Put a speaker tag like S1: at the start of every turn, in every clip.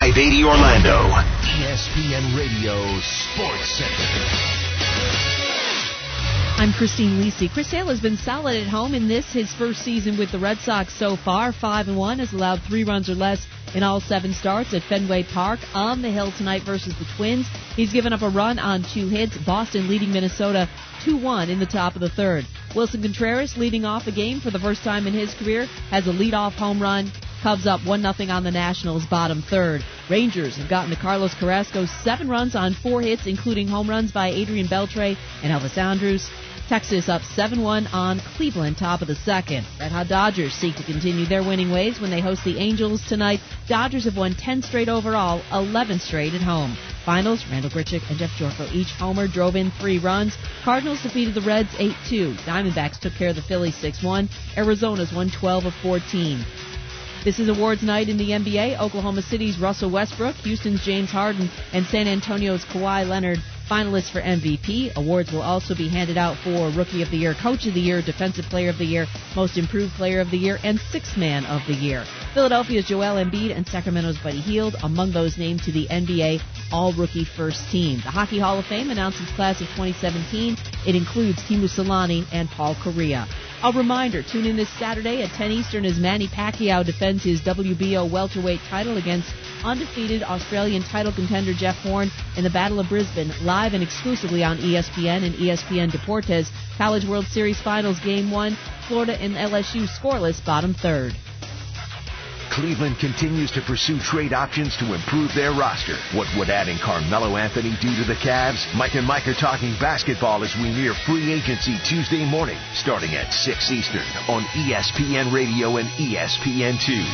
S1: 580 Orlando.
S2: ESPN Radio Sports Center.
S3: I'm Christine Lisi. Chris Sale has been solid at home in this his first season with the Red Sox so far. Five and one has allowed three runs or less in all seven starts at Fenway Park on the hill tonight versus the Twins. He's given up a run on two hits. Boston leading Minnesota 2-1 in the top of the third. Wilson Contreras leading off a game for the first time in his career has a leadoff home run. Cubs up 1 0 on the Nationals, bottom third. Rangers have gotten to Carlos Carrasco seven runs on four hits, including home runs by Adrian Beltre and Elvis Andrews. Texas up 7 1 on Cleveland, top of the second. Red Hot Dodgers seek to continue their winning ways when they host the Angels tonight. Dodgers have won 10 straight overall, 11 straight at home. Finals, Randall Gritchick and Jeff Jorko each homer drove in three runs. Cardinals defeated the Reds 8 2. Diamondbacks took care of the Phillies 6 1. Arizona's won 12 of 14. This is awards night in the NBA. Oklahoma City's Russell Westbrook, Houston's James Harden, and San Antonio's Kawhi Leonard finalists for MVP. Awards will also be handed out for Rookie of the Year, Coach of the Year, Defensive Player of the Year, Most Improved Player of the Year, and Sixth Man of the Year. Philadelphia's Joel Embiid and Sacramento's Buddy Heald among those named to the NBA All-Rookie First Team. The Hockey Hall of Fame announced its class of 2017. It includes Timu Solani and Paul Correa. A reminder, tune in this Saturday at 10 Eastern as Manny Pacquiao defends his WBO welterweight title against undefeated Australian title contender Jeff Horn in the Battle of Brisbane, live and exclusively on E ESPN and ESPN Deportes. College World Series Finals Game 1, Florida and LSU scoreless, bottom third.
S2: Cleveland continues to pursue trade options to improve their roster. What would adding Carmelo Anthony do to the Cavs? Mike and Mike are talking basketball as we near free agency Tuesday morning, starting at 6 Eastern on E ESPN Radio and E ESPN2.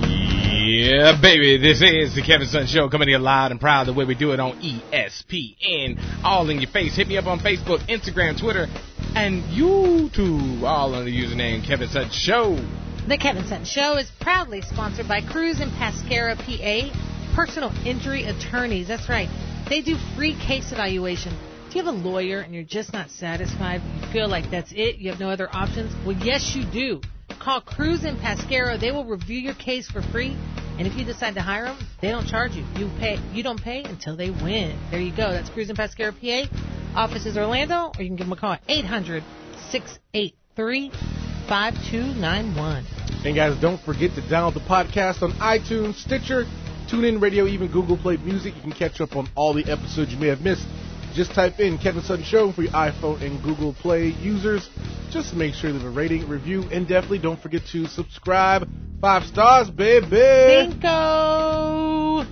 S4: Yeah, baby, this is the Kevin Sun Show coming here loud and proud the way we do it on E ESPN. All in your face. Hit me up on Facebook, Instagram, Twitter, and YouTube. All under the username Kevin Sun Show.
S5: The Kevin Sutton Show is proudly sponsored by Cruz and Pascara PA, personal injury attorneys. That's right. They do free case evaluation. If you have a lawyer and you're just not satisfied, you feel like that's it, you have no other options? Well, yes, you do. Call Cruz and Pascara. They will review your case for free. And if you decide to hire them, they don't charge you. You pay. You don't pay until they win. There you go. That's Cruz and Pascara PA. Offices Orlando, or you can give them a call at 800 683 5291.
S6: And guys, don't forget to download the podcast on iTunes, Stitcher, TuneIn Radio, even Google Play Music. You can catch up on all the episodes you may have missed. Just type in Kevin Sutton Show for your iPhone and Google Play users. Just make sure you leave a rating, review, and definitely don't forget to subscribe. Five stars, baby.
S5: Bingo!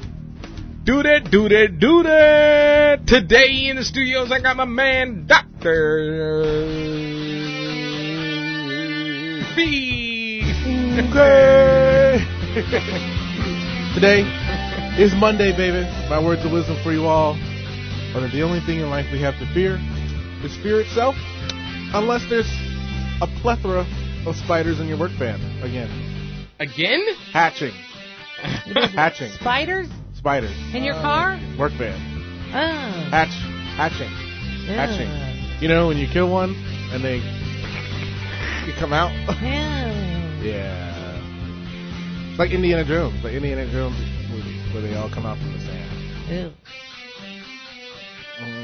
S4: Do that, do that, do that. Today in the studios, I got my man, Dr. B.
S6: Okay. Today is Monday, baby. My words of wisdom for you all are that the only thing in life we have to fear is fear itself, unless there's a plethora of spiders in your work van. Again,
S4: Again?
S6: hatching, hatching,
S5: Spiders
S6: spiders,
S5: in your car?
S6: work van,
S5: Oh.
S6: hatch, hatching, hatching. You know when you kill one and they they come out.
S5: Yeah.
S6: yeah, it's like Indiana Jones, like Indiana Jones movie where they all come out from the sand.
S5: Ew.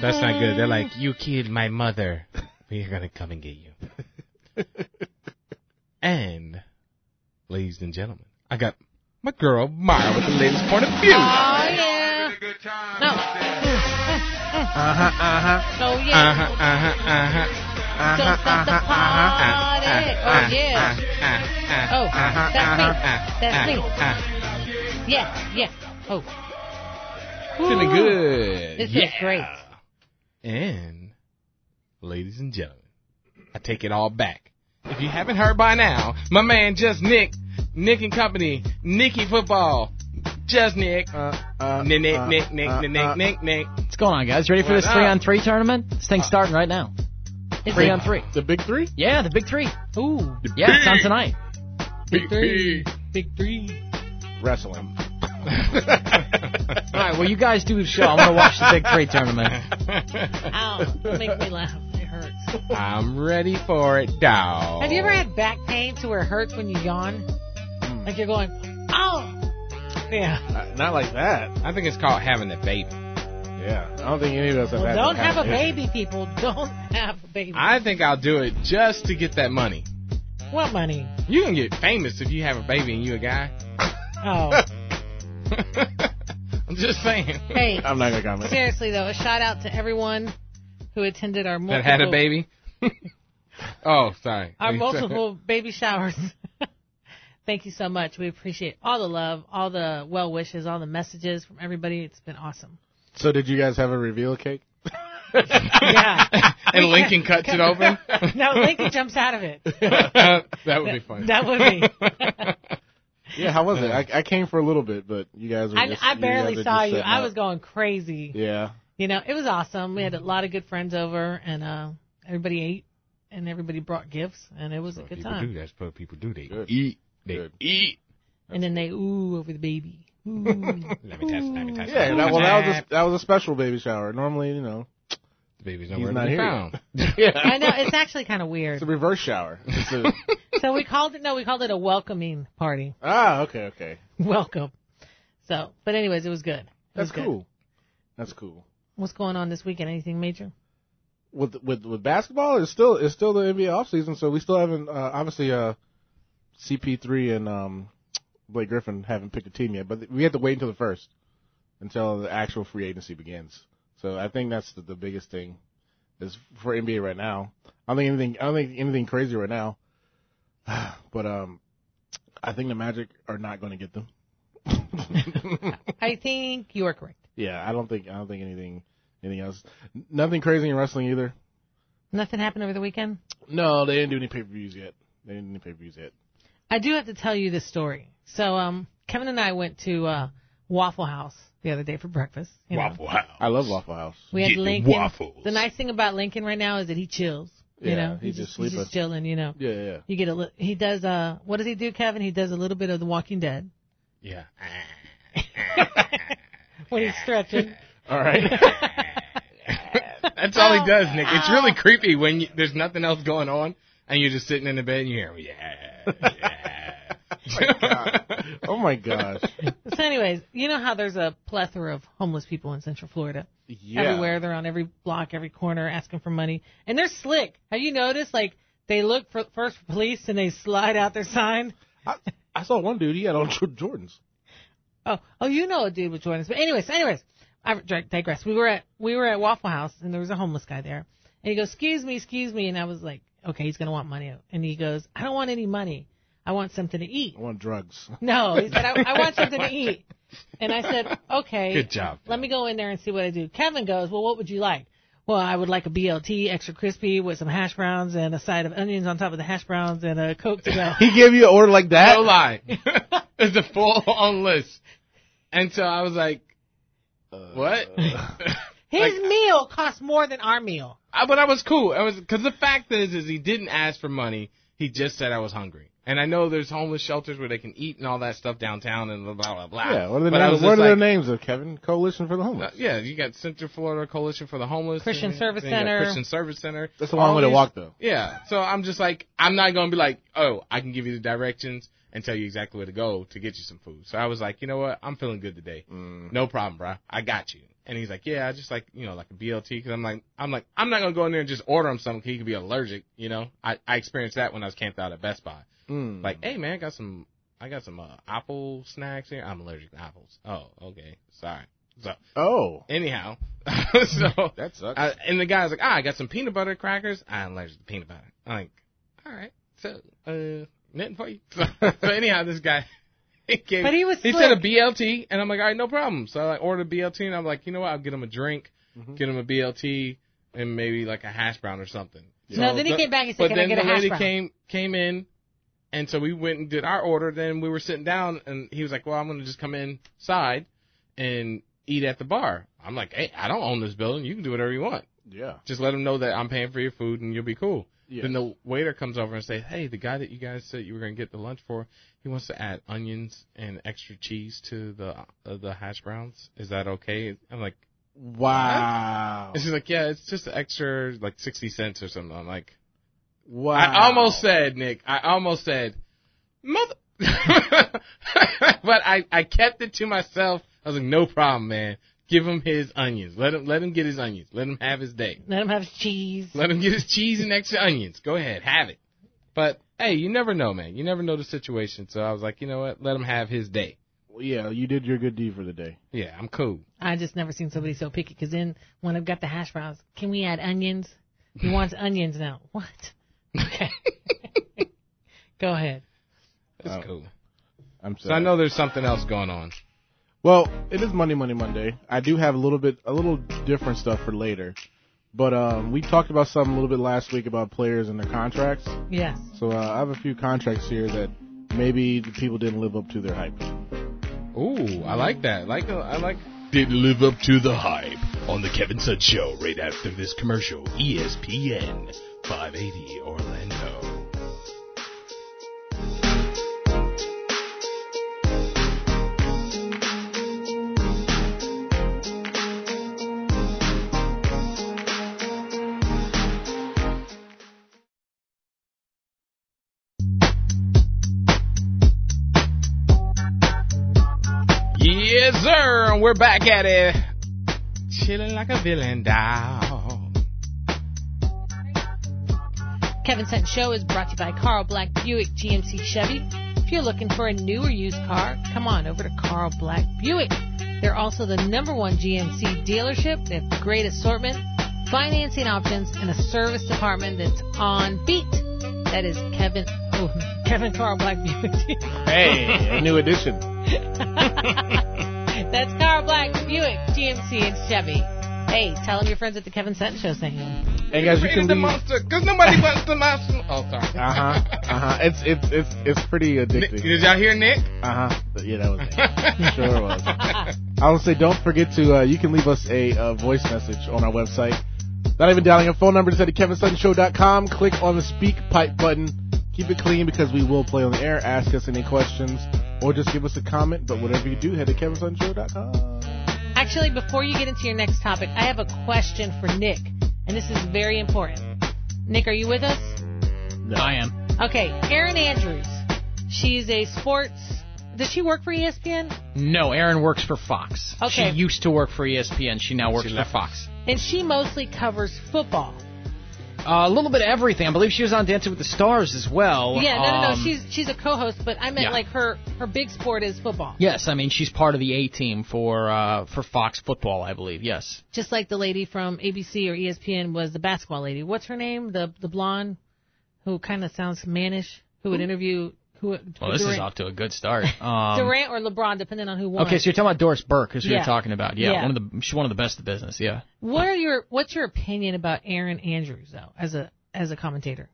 S4: That's not good. They're like, you killed my mother. We're gonna come and get you. and, ladies and gentlemen, I got my girl Mara with the latest point of view.
S5: Oh yeah. No.
S6: Uh huh. Uh huh.
S5: So Oh, yeah.
S4: Uh huh. Uh huh. Uh huh.
S6: Uh
S5: Don't stop the party. Oh yeah. Oh, that's me. That's me. Yeah, yeah. Oh.
S4: Feeling
S5: Woo.
S4: good.
S5: This is
S4: yeah.
S5: great.
S4: And, ladies and gentlemen, I take it all back. If you haven't heard by now, my man Just Nick, Nick and Company, Nicky Football, Just Nick,
S6: Uh,
S4: Nick, Nick, Nick, Nick, Nick, Nick, Nick, Nick.
S7: What's going on, guys? Ready for
S4: What
S7: this three
S4: up?
S7: on three tournament? This thing's starting right now.
S5: Is
S7: Three
S5: it-
S7: on three.
S6: The big three?
S7: Yeah, the big three.
S5: Ooh.
S7: Yeah, it's on tonight.
S5: Big three. Big three.
S6: wrestling.
S7: All right, well, you guys do the show. I'm going to watch the Big Three tournament.
S5: Ow, don't Oh, make me laugh. It hurts.
S4: I'm ready for it, dog.
S5: Have you ever
S4: Oh.
S5: had back pain to where it hurts when you yawn? Like you're going, oh,
S4: Yeah.
S6: Uh, not like that.
S4: I think it's called having a baby.
S6: Yeah, I don't think any of us have
S5: well,
S6: had
S5: don't
S6: that
S5: have a
S6: kind of issue.
S5: baby, people. Don't have a baby.
S4: I think I'll do it just to get that money.
S5: what money?
S4: You can get famous if you have a baby and you a guy.
S5: Oh,
S4: I'm just saying.
S5: hey.
S6: I'm not gonna comment.
S5: Seriously though, a shout out to everyone who attended our multiple
S4: That had a baby. oh, sorry.
S5: our multiple baby showers. Thank you so much. We appreciate all the love, all the well wishes, all the messages from everybody. It's been awesome.
S6: So did you guys have a reveal cake?
S5: Yeah.
S4: and Lincoln cuts it open.
S5: no, Lincoln jumps out of it.
S4: that would be funny.
S5: That would be.
S6: Yeah, how was it? I, I came for a little bit, but you guys were.
S5: I,
S6: just,
S5: I
S6: you
S5: barely
S6: guys were
S5: saw
S6: just
S5: you.
S6: setting
S5: I
S6: up.
S5: was going crazy.
S6: Yeah.
S5: You know, it was awesome. We had a lot of good friends over, and uh, everybody ate, and everybody brought gifts, and it was a good
S4: people
S5: time.
S4: do. That's what people do. They
S6: Good.
S4: eat. They
S6: Good.
S4: eat.
S5: And then they ooh over the baby. Ooh.
S4: Let me touch. Let me touch.
S6: Yeah. That, well, that was a, that was a special baby shower. Normally, you know,
S4: the baby's nowhere
S6: not
S4: to be
S6: here
S4: found.
S5: I know it's actually kind of weird.
S6: it's a reverse shower. It's a-
S5: So we called it no, we called it a welcoming party.
S6: ah, okay, okay.
S5: Welcome. So, but anyways, it was good. It
S6: That's
S5: was good.
S6: cool. That's cool.
S5: What's going on this weekend? Anything major?
S6: With with with basketball, it's still it's still the NBA offseason, so we still haven't uh, obviously uh, CP3 and um, Blake Griffin haven't picked a team yet, but we have to wait until the first until the actual free agency begins. So I think that's the, the biggest thing is for NBA right now. I don't think anything I don't think anything crazy right now, but um, I think the Magic are not going to get them.
S5: I think you are correct.
S6: Yeah, I don't think I don't think anything anything else. N- Nothing crazy in wrestling either.
S5: Nothing happened over the weekend.
S6: No, they didn't do any pay per views yet. They didn't do any pay per views yet.
S5: I do have to tell you this story. So, um, Kevin and I went to uh, Waffle House the other day for breakfast. you know.
S4: Waffle House.
S6: I love Waffle House.
S5: We had
S4: Getting
S5: Lincoln.
S4: waffles.
S5: The nice thing about Lincoln right now is that he chills. you
S6: Yeah,
S5: know,
S6: he's just
S5: he's
S6: sleeping.
S5: just chilling. You know,
S6: Yeah, yeah.
S5: you get a li- he does. Uh, what does he do, Kevin? He does a little bit of The Walking Dead
S4: Yeah.
S5: when he's stretching.
S6: All right.
S4: That's all he does, Nick. It's really creepy when you, there's nothing else going on and you're just sitting in the bed and you hear, yeah, yeah.
S6: oh my gosh.
S5: So, anyways, you know how there's a plethora of homeless people in Central Florida.
S6: Yeah.
S5: Everywhere they're on every block, every corner, asking for money, and they're slick. Have you noticed? Like they look for first for police and they slide out their sign.
S6: I, I saw one dude. He had on Jor- Jordans.
S5: Oh, oh, you know a dude would join us. But anyways, anyways, I dig- digress. We were at we were at Waffle House and there was a homeless guy there, and he goes, "Excuse me, excuse me," and I was like, "Okay, he's gonna want money," and he goes, "I don't want any money. I want something to eat."
S6: I want drugs.
S5: No, he said, I, I want something to eat. And I said, okay.
S4: Good job.
S5: Let me go in there and see what I do. Kevin goes, well, what would you like? Well, I would like a BLT, extra crispy, with some hash browns and a side of onions on top of the hash browns and a Coke to go.
S6: He gave you an order like that.
S4: No lie. it's a full on list. And so I was like, what?
S5: His
S4: uh,
S5: meal cost more than our meal.
S4: I, but I was cool. I was because the fact is, is he didn't ask for money. He just said I was hungry. And I know there's homeless shelters where they can eat and all that stuff downtown and blah blah blah. blah.
S6: Yeah. What are the
S4: But I was
S6: names? What are
S4: just
S6: their
S4: like,
S6: names of Kevin? Coalition for the
S4: Uh,
S6: Homeless.
S4: yeah, you got Central Florida Coalition for the Homeless,
S5: Christian
S4: and-
S5: Service
S4: and you got
S5: Center.
S4: Christian Service Center.
S6: That's a long
S4: All
S6: way to
S4: these-
S6: walk though.
S4: Yeah, so I'm just like, I'm not gonna be like, oh, I can give you the directions and tell you exactly where to go to get you some food. So I was like, you know what, I'm feeling good today, no problem, bro, I got you. And he's like, yeah, I just like, you know, like a BLT, because I'm like, I'm like, I'm not gonna go in there and just order him something 'cause he could be allergic, you know. I I experienced that when I was camped out at Best Buy.
S6: Mm.
S4: Like, hey man, I got some, I got some uh, apple snacks here. I'm allergic to apples. Oh, okay, sorry. So
S6: oh,
S4: anyhow, so
S6: that sucks.
S4: I, and the guy's like, ah, I got some peanut butter crackers. I'm allergic to peanut butter. I'm like, all right, so uh, nothing for you. So, anyhow, this guy, he came,
S5: But he was
S4: he said a
S5: slick.
S4: BLT, and I'm like, all right, no problem. So I ordered a BLT, and I'm like, you know what? I'll get him a drink, get him a BLT, and maybe like a hash brown or something.
S5: No, then he came back and said,
S4: but
S5: "Can I
S4: then
S5: get
S4: the
S5: a hash
S4: lady
S5: brown?"
S4: came came in. And so we went and did our order. Then we were sitting down, and he was like, "Well, I'm gonna just come inside and eat at the bar." I'm like, "Hey, I don't own this building. You can do whatever you want."
S6: yeah.
S4: just let them know that I'm paying for your food and you'll be cool.
S6: Yeah.
S4: Then the waiter comes over and say, "Hey, the guy that you guys said you were going to get the lunch for, he wants to add onions and extra cheese to the uh, the hash browns. Is that okay?" I'm like,
S6: Wow. Oh.
S4: and she's like, "Yeah, it's just an extra like sixty cents or something." I'm like,
S6: Wow.
S4: I almost said, Nick. I almost said, mother. but I, I kept it to myself. I was like, no problem, man. Give him his onions. Let him let him get his onions. Let him have his day.
S5: Let him have cheese.
S4: Let him get his cheese and extra onions. Go ahead, have it. But hey, you never know, man. You never know the situation. So I was like, you know what? Let him have his day.
S6: Yeah, you did your good deed for the day.
S4: Yeah, I'm cool.
S5: I just never seen somebody so picky. Because then when I've got the hash browns, can we add onions? He wants onions now. What? Go ahead.
S4: It's
S6: Oh.
S4: cool.
S6: I'm sorry.
S4: So I know there's something else going on.
S6: Well, it is Money, Money Monday. I do have a little bit, a little different stuff for later. But um, we talked about something a little bit last week about players and their contracts.
S5: Yes.
S6: So uh, I have a few contracts here that maybe the people didn't live up to their hype.
S4: Ooh, I like that. Like uh, I like
S2: Didn't live up to the hype on the Kevin Sun Show right after this commercial. E ESPN 580 Orlando.
S4: Yes, sir. And we're back at it. Chilling like a villain doll.
S5: Kevin Sent Show is brought to you by Carl Black Buick GMC Chevy. If you're looking for a new or used car, come on over to Carl Black Buick. They're also the number one GMC dealership. They have a great assortment, financing options, and a service department that's on beat. That is Kevin. Oh, Kevin Carl Black Buick.
S6: Hey, a new addition.
S5: that's Carl Black Buick GMC and Chevy. Hey, tell them your friends at the Kevin Sent Show saying.
S6: And guys, you
S4: Created
S6: can
S4: the
S6: leave.
S4: monster because nobody wants the monster. Oh, sorry.
S6: Uh huh. Uh huh. It's it's it's it's pretty
S4: Nick,
S6: addictive.
S4: did y'all hear Nick?
S6: Uh huh. Yeah, that was it. sure was. I would say don't forget to uh, you can leave us a uh, voice message on our website. Not even dialing a phone number. Just at kevinsuttonshow.com. Click on the speak pipe button. Keep it clean because we will play on the air. Ask us any questions or just give us a comment. But whatever you do, head to kevinsuttonshow.com.
S5: Actually, before you get into your next topic, I have a question for Nick, and this is very important. Nick, are you with us?
S7: I am.
S5: Okay, Erin Andrews. She's a sports. Does she work for E ESPN?
S7: No, Erin works for Fox.
S5: Okay.
S7: She used to work for E ESPN. She now works for Fox.
S5: And she mostly covers football.
S7: Uh, a little bit of everything. I believe she was on Dancing with the Stars as well.
S5: Yeah, no, no, no.
S7: Um,
S5: She's she's a co-host, but I meant
S7: Yeah.
S5: like her her big sport is football.
S7: Yes, I mean she's part of the A team for uh, for Fox football, I believe. Yes,
S5: Just like the lady from ABC or E ESPN was the basketball lady. What's her name? The the blonde, who kind of sounds mannish, who would interview who.
S7: Well, Oh, this
S5: Durant,
S7: is off to a good start. Um,
S5: Durant or LeBron, depending on who won.
S7: okay, so you're talking about Doris Burke, is who
S5: Yeah.
S7: you're talking about. Yeah,
S5: Yeah.
S7: one of the she's one of the best at business. Yeah,
S5: What are your what's your opinion about Aaron Andrews though as a as a commentator?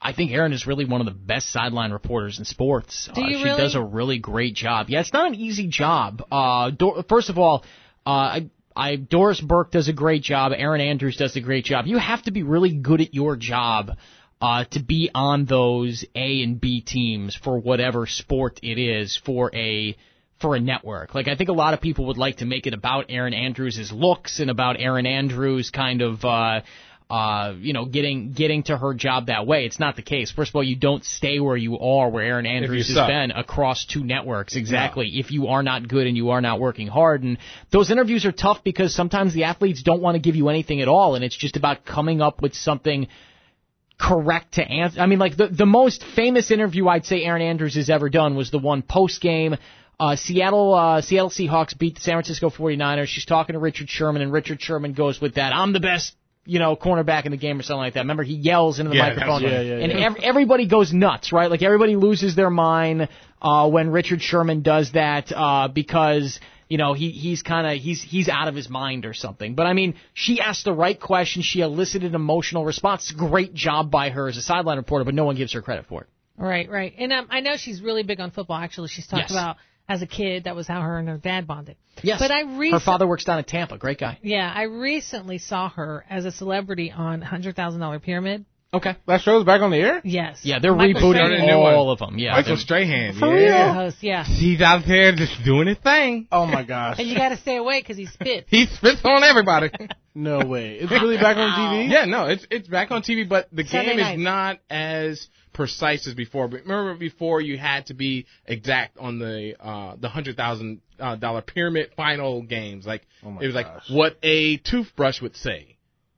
S7: I think Erin is really one of the best sideline reporters in sports.
S5: Do
S7: uh,
S5: you
S7: she
S5: really?
S7: does a really great job. Yeah, it's not an easy job. Uh, Dor- first of all, uh, I, I Doris Burke does a great job. Erin Andrews does a great job. You have to be really good at your job uh, to be on those A and B teams for whatever sport it is for a for a network. Like I think a lot of people would like to make it about Aaron Andrews' looks and about Aaron Andrews kind of uh uh, you know, getting getting to her job that way. It's not the case. First of all, you don't stay where you are, where Aaron Andrews has
S4: suck.
S7: been across two networks. Exactly. If you are not good and you are not working hard, and those interviews are tough because sometimes the athletes don't want to give you anything at all, and it's just about coming up with something correct to answer. I mean, like the the most famous interview I'd say Aaron Andrews has ever done was the one post game. Uh, Seattle uh, Seattle Seahawks beat the San Francisco 49ers. She's talking to Richard Sherman, and Richard Sherman goes with that. I'm the best, you know, cornerback in the game or something like that. Remember, he yells into the
S4: Yeah,
S7: microphone,
S4: that's-
S6: yeah, yeah,
S7: and
S6: yeah.
S7: ev- everybody goes nuts, right? Like everybody loses their mind uh, when Richard Sherman does that uh, because you know he he's kind of he's he's out of his mind or something. But I mean, she asked the right question. She elicited an emotional response. Great job by her as a sideline reporter, but no one gives her credit for it.
S5: Right, right. And um, I know she's really big on football. Actually, she's talked
S7: Yes.
S5: about as a kid that was how her and her dad bonded.
S7: Yes,
S5: But I
S7: her
S5: recent-
S7: father works down in Tampa. Great guy.
S5: Yeah, I recently saw her as a celebrity on Hundred Thousand Dollar Pyramid.
S7: Okay.
S6: That show's back on the air?
S5: Yes.
S7: Yeah, they're
S5: Michael
S7: rebooting
S5: Strahan.
S4: new one.
S7: all of them. Yeah.
S4: Michael
S7: they're-
S4: Strahan.
S5: For real
S4: yeah.
S5: host, yeah.
S4: He's out there just doing his thing.
S6: Oh my gosh.
S5: And you got to stay away because he spits.
S4: He spits on everybody.
S6: No way. It's really back on TV?
S4: yeah, no, it's it's back on TV, but the game
S5: Saturday night.
S4: is not as precise as before. But remember, before you had to be exact on the uh, the hundred thousand uh, dollar pyramid final games. Like
S6: Oh my
S4: it was like
S6: gosh.
S4: what a toothbrush would say.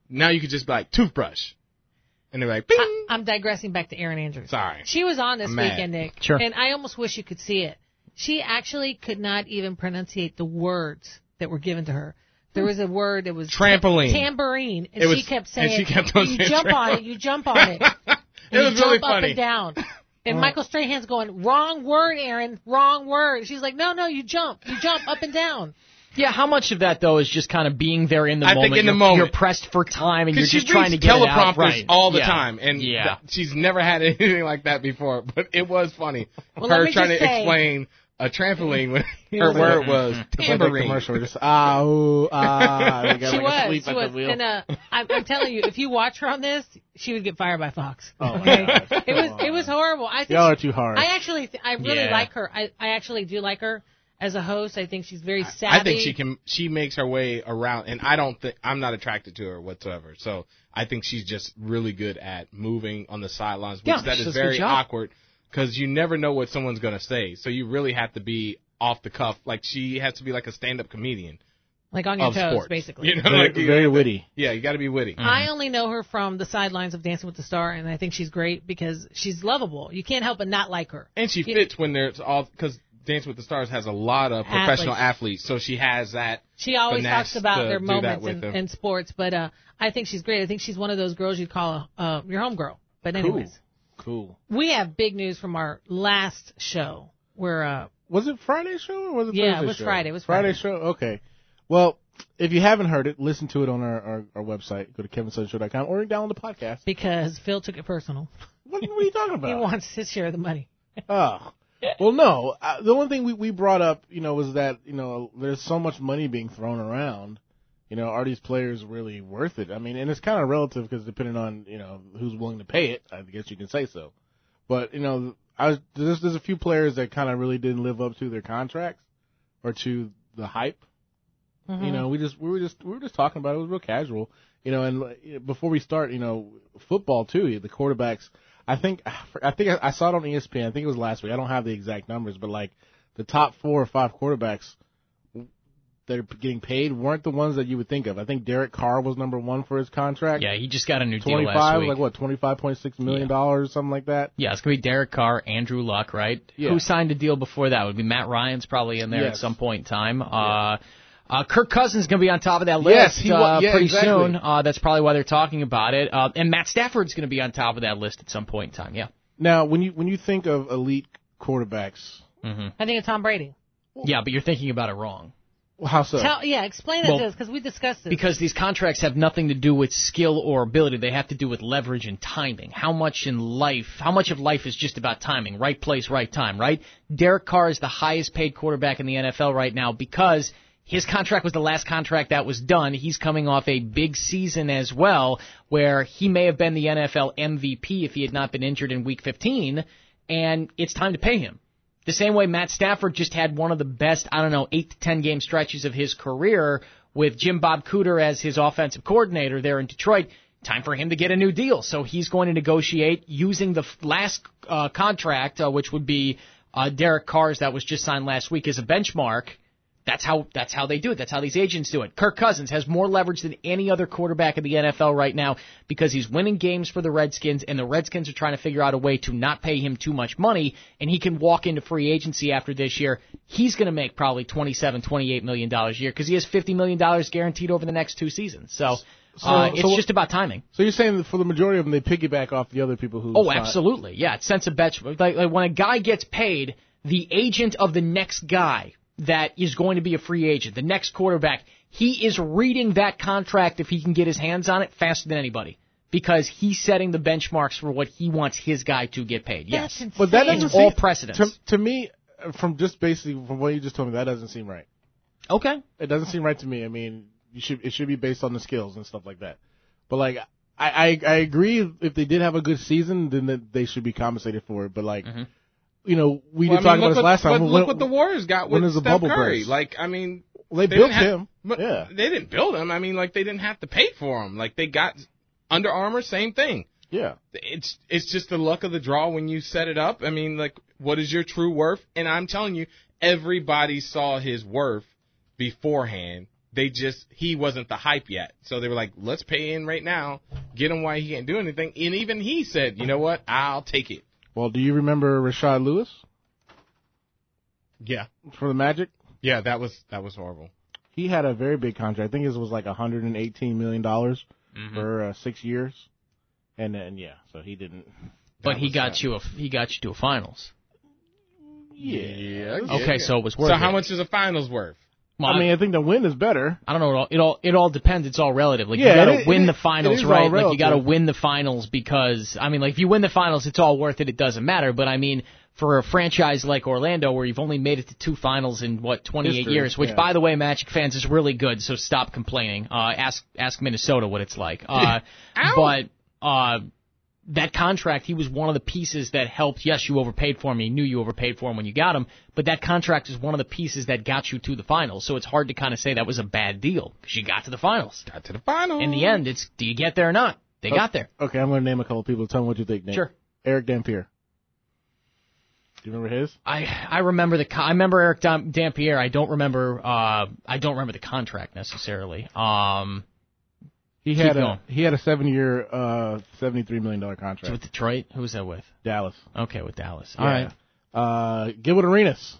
S4: Now you could just be like toothbrush, and they're like, Bing!
S5: I, I'm digressing back to Erin Andrews.
S4: sorry.
S5: She was on this
S4: I'm mad.
S5: weekend, Nick.
S7: Sure.
S5: And I almost wish you could see it. She actually could not even pronunciate the words that were given to her. There was a word that was
S4: Trampoline.
S5: tambourine, and
S4: It was-
S5: she kept
S4: and
S5: saying,
S4: she kept on
S5: "You
S4: saying
S5: jump on it,
S4: trampoline.
S5: you jump on it,
S4: it
S5: you
S4: was really
S5: jump up
S4: funny.
S5: and down." And Michael Strahan's going, "Wrong word, Erin, wrong word." She's like, "No, no, you jump, you jump up and down."
S7: Yeah, how much of that though is just kind of being there in the
S4: I think
S7: moment?
S4: in the
S7: you're,
S4: moment.
S7: you're pressed for time and you're
S4: Because she
S7: just trying to
S4: reads
S7: get it out.
S4: teleprompters
S7: Right.
S4: all the
S7: Yeah.
S4: time, and
S7: yeah,
S4: th- she's never had anything like that before. But it was funny.
S5: Well, let
S4: her
S5: me
S4: trying to
S5: just say-
S4: explain a trampoline when her
S6: was like-
S4: word was
S6: It's like that
S4: tambourine.
S6: commercial. where Just ah, ooh, ah. They got,
S5: She
S6: like,
S5: was.
S6: asleep
S5: she
S6: at
S5: was.
S6: the wheel.
S5: And uh, I'm, I'm telling you, if you watch her on this, she would get fired by Fox.
S6: Oh, my
S5: Okay?
S6: gosh.
S5: it was. It was horrible. I think.
S6: Y'all are
S5: She,
S6: too hard.
S5: I actually. Th- I really
S7: Yeah.
S5: like her. I, I actually do like her as a host. I think she's very savvy.
S4: I think she can. She makes her way around, and I don't think I'm not attracted to her whatsoever. So I think she's just really good at moving on the sidelines, which
S7: Yeah,
S4: that
S7: she
S4: is
S7: does a good
S4: very
S7: job.
S4: awkward because you never know what someone's gonna say. So you really have to be off the cuff. Like she has to be like a stand-up comedian
S5: like on your
S4: of
S5: toes,
S4: sports,
S5: basically.
S4: You know, Mm.
S6: very,
S4: like you-
S6: very witty.
S4: yeah, you got to be witty.
S5: I only know her from the sidelines of Dancing with the Star, and I think she's great because she's lovable. You can't help but not like her.
S4: And she
S5: Yeah.
S4: fits when there's all because Dance with the Stars has a lot of professional athletes, so she has that.
S5: She always
S4: finesse
S5: talks about
S4: to
S5: their
S4: uh, do that
S5: moments
S4: with
S5: in,
S4: them.
S5: in sports, but uh, I think she's great. I think she's one of those girls you'd call a, uh, your homegirl. But anyways.
S6: Cool.
S5: we have big news from our last show where uh
S6: Was it Friday show or was it
S5: Yeah, it
S6: Thursday
S5: was
S6: show?
S5: Friday. It was
S6: Friday
S5: Friday.
S6: show. Okay. Well, if you haven't heard it, listen to it on our, our, our website. Go to kevinsunshow.com or download the podcast.
S5: because Phil took it personal.
S6: What, what are you talking
S5: He
S6: about?
S5: wants his share of the money.
S6: Oh. Well, no. Uh, the only thing we, we brought up, you know, was that, you know, there's so much money being thrown around. You know, are these players really worth it? I mean, and it's kind of relative because depending on, you know, who's willing to pay it, I guess you can say so. But, you know, I was, there's, there's a few players that kind of really didn't live up to their contracts or to the hype.
S7: Mm-hmm.
S6: You know, we just we were just we were just talking about it. It was real casual. You know, and like, before we start, you know, football too. The quarterbacks. I think I think I, I saw it on E ESPN. I think it was last week. I don't have the exact numbers, but like the top four or five quarterbacks that are getting paid weren't the ones that you would think of. I think Derek Carr was number one for his contract.
S7: yeah. He just got a new deal
S6: twenty
S7: last
S6: five,
S7: week.
S6: like what, twenty five point six million dollars, something like that.
S7: yeah, it's gonna be Derek Carr, Andrew Luck, right?
S6: Yeah.
S7: Who signed a deal before that? Would be Matt Ryan's probably in there at
S6: Yes.
S7: some point in time. Uh, uh, Kirk Cousins gonna be on top of that list
S6: Yes, he wa-
S7: uh,
S6: yeah,
S7: pretty
S6: exactly.
S7: soon. Uh, that's probably why they're talking about it. Uh, and Matt Stafford's gonna be on top of that list at some point in time. Yeah.
S6: Now, when you when you think of elite quarterbacks,
S5: I think it's Tom Brady.
S7: Yeah, but you're thinking about it wrong.
S6: how so?
S5: Tell, yeah, explain that
S7: Well,
S5: to us because we discussed this.
S7: because these contracts have nothing to do with skill or ability. They have to do with leverage and timing. How much in life, how much of life is just about timing? Right place, right time, right? Derek Carr is the highest paid quarterback in the NFL right now because his contract was the last contract that was done. He's coming off a big season as well where he may have been the NFL MVP if he had not been injured in week 15 and it's time to pay him. The same way Matt Stafford just had one of the best, I don't know, eight to ten game stretches of his career with Jim Bob Cooter as his offensive coordinator there in Detroit. Time for him to get a new deal. So he's going to negotiate using the f- last uh, contract, uh, which would be uh, Derek Carr's that was just signed last week as a benchmark. That's how that's how they do it. That's how these agents do it. Kirk Cousins has more leverage than any other quarterback in the NFL right now because he's winning games for the Redskins and the Redskins are trying to figure out a way to not pay him too much money and he can walk into free agency after this year. He's going to make probably 27, 28 million dollars a year because he has 50 million dollars guaranteed over the next two seasons. So, uh,
S6: So-
S7: it's
S6: so-
S7: just about timing.
S6: So you're saying that for the majority of them, they piggyback off the other people who.
S7: Oh,
S6: signed-
S7: absolutely. Yeah, it sends a bet. Like, like when a guy gets paid, the agent of the next guy that is going to be a free agent, the next quarterback, he is reading that contract if he can get his hands on it faster than anybody because he's setting the benchmarks for what he wants his guy to get paid.
S5: That's
S7: Yes.
S5: insane.
S6: But that doesn't
S7: It's
S6: seem,
S7: all precedence.
S6: To, to me, uh, from just basically from what you just told me, that doesn't seem right.
S7: Okay.
S6: It doesn't seem right to me. I mean, you should it should be based on the skills and stuff like that. But like, I, I I agree. If they did have a good season, then that they should be compensated for it. But like,
S7: Mm-hmm.
S6: you know, we
S4: Well,
S6: did
S4: I
S6: talk
S4: mean,
S6: about
S4: look
S6: this
S4: what-
S6: last time.
S4: But
S6: When-
S4: look what the Warriors got
S6: when
S4: with
S6: is the
S4: Steph
S6: bubble
S4: Curry.
S6: burst?
S4: Like, I mean,
S6: They
S4: didn't
S6: built
S4: have-
S6: him.
S4: but
S6: Yeah.
S4: they didn't build him. I mean, like they didn't have to pay for him. Like they got Under Armour, same thing.
S6: yeah,
S4: It's it's just the luck of the draw when you set it up. I mean, like, what is your true worth? And I'm telling you, everybody saw his worth beforehand. They just he wasn't the hype yet, so they were like, let's pay in right now, get him while he can't do anything. And even he said, you know what, I'll take it.
S6: Well, do you remember Rashad Lewis
S4: Yeah,
S6: for the Magic?
S4: yeah, that was that was horrible.
S6: He had a very big contract. I think his was like 118 million dollars
S7: Mm-hmm.
S6: for uh, six years, and then yeah, so he didn't.
S7: But he
S4: was
S7: got
S4: that.
S7: you a he got you to a finals.
S4: Yeah.
S7: Okay, so it was worth
S4: So how
S7: it.
S4: much is a finals worth?
S7: Well,
S6: I mean, I think the win is better.
S7: I don't know. It all it all, it all depends. It's all relative. Like
S6: Yeah,
S7: you got
S6: it-
S7: to win
S6: it-
S7: the
S6: it
S7: finals,
S6: is all
S7: right? Like you got to
S6: relative.
S7: win the finals because I mean, like if you win the finals, it's all worth it. It doesn't matter. But I mean, for a franchise like Orlando, where you've only made it to two finals in what 28
S6: History,
S7: years, which
S6: yeah.
S7: by the way, Magic fans is really good. So stop complaining. Uh, ask ask Minnesota what it's like. Uh, but uh, that contract, he was one of the pieces that helped. Yes, you overpaid for him. You knew you overpaid for him when you got him, but that contract is one of the pieces that got you to the finals. So it's hard to kind of say that was a bad deal because you got to the finals.
S4: Got to the finals.
S7: In the end, it's do you get there or not? They got there.
S6: Okay, I'm going to name a couple people. Tell me what you think, Nate.
S7: Sure.
S6: Eric Dampier. Do you remember his?
S7: I I remember the co- I remember Eric Dam- Dampier. I don't remember uh I don't remember the contract necessarily. Um,
S6: He
S7: Keep
S6: had a
S7: going.
S6: he had a seven year, uh, seventy three million dollar contract.
S7: with Detroit, who was that with?
S6: Dallas.
S7: Okay, with Dallas. All right.
S6: Uh, Gilbert Arenas.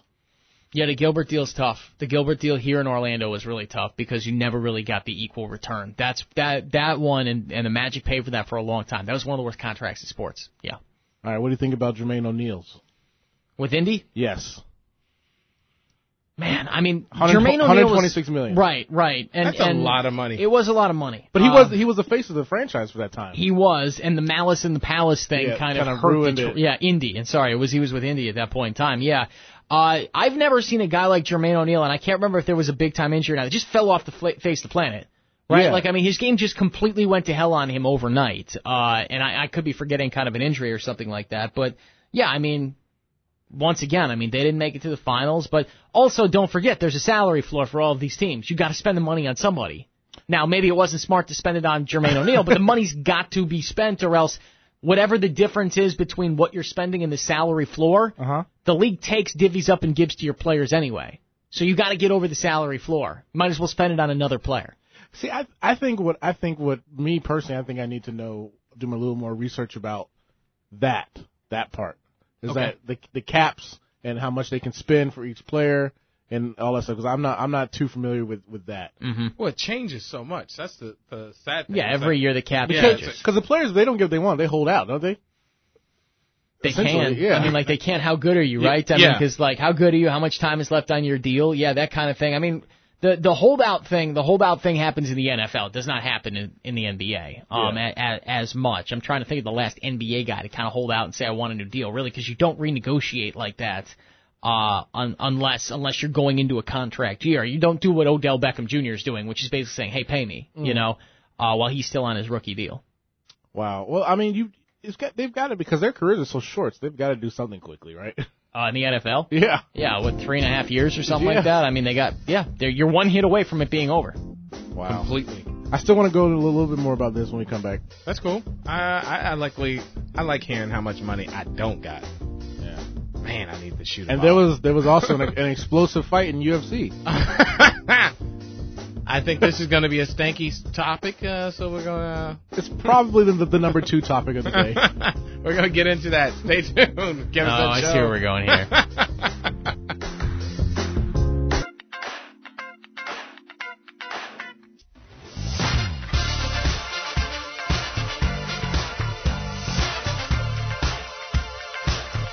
S7: Yeah, the Gilbert deal's tough. The Gilbert deal here in Orlando was really tough because you never really got the equal return. That's that that one and, and the Magic paid for that for a long time. That was one of the worst contracts in sports. Yeah.
S6: All right, what do you think about Jermaine O'Neal's?
S7: With Indy,
S6: Yes.
S7: man, I mean,
S6: 100
S7: Jermaine O'Neal was
S6: 126 million.
S7: Right, right, and
S4: That's a
S7: and
S4: lot of money.
S7: It was a lot of money,
S6: But he
S7: Um,
S6: was he was the face of the franchise for that time.
S7: he was, and the Malice in the Palace thing
S6: Yeah,
S7: kind of
S6: kinda
S7: hurt
S6: ruined
S7: Detroit.
S6: it.
S7: Yeah, Indy, and sorry, it was he was with Indy at that point in time. Yeah, uh, I've never seen a guy like Jermaine O'Neal, and I can't remember if there was a big time injury. Now it just fell off the fla- face of the planet, right?
S6: Yeah.
S7: Like I mean, his game just completely went to hell on him overnight, uh, and I, I could be forgetting kind of an injury or something like that. But yeah, I mean, once again, I mean, they didn't make it to the finals, but also don't forget there's a salary floor for all of these teams. You got to spend the money on somebody. Now, maybe it wasn't smart to spend it on Jermaine O'Neal, but the money's got to be spent or else whatever the difference is between what you're spending and the salary floor,
S6: Uh-huh.
S7: the league takes, divvies up, and gives to your players anyway. So you got to get over the salary floor. Might as well spend it on another player.
S6: See, I I think what I think what me personally, I think I need to know do a little more research about that that part is
S7: Okay.
S6: that the the caps and how much they can spend for each player and all that stuff because I'm not I'm not too familiar with with that
S4: Well, it changes so much. That's the, the sad thing.
S7: Yeah,
S4: It's
S7: every
S4: like,
S7: year the cap
S4: Yeah,
S7: changes.
S4: it's
S6: because the players they don't get what they want they hold out don't they
S7: They can.
S6: Essentially, yeah.
S7: I mean, like they can. How good are you, right? I
S4: yeah.
S7: mean, because like, how good are you? How much time is left on your deal? Yeah, that kind of thing. I mean, the the holdout thing, the holdout thing happens in the NFL. It does not happen in, in the NBA um, a, a, as much. I'm trying to think of the last NBA guy to kind of hold out and say, I want a new deal, really, because you don't renegotiate like that. Uh, un, unless unless you're going into a contract year, you don't do what Odell Beckham Jr. is doing, which is basically saying, "Hey, pay me," you know, uh, while he's still on his rookie deal.
S6: Wow. Well, I mean, you it's got they've got to because their careers are so short. So they've got to do something quickly, right?
S7: Uh, in the NFL,
S6: Yeah.
S7: Yeah, what three and a half years or something
S6: Yeah.
S7: like that. I mean, they got yeah, they're, you're one hit away from it being over.
S6: Wow.
S4: Completely.
S6: I still want to go a little bit more about this when we come back.
S4: That's cool. I, I, I likely I like hearing how much money I don't got.
S6: Yeah.
S4: Man, I need to shoot. a
S6: And there
S4: ball.
S6: was there was also an, an explosive fight in UFC.
S4: I think this is going to be a stanky s- topic, uh, so we're gonna
S6: It's probably the, the number two topic of the day.
S4: we're gonna get into that. Stay tuned. Kevin
S7: oh, I see where we're going here.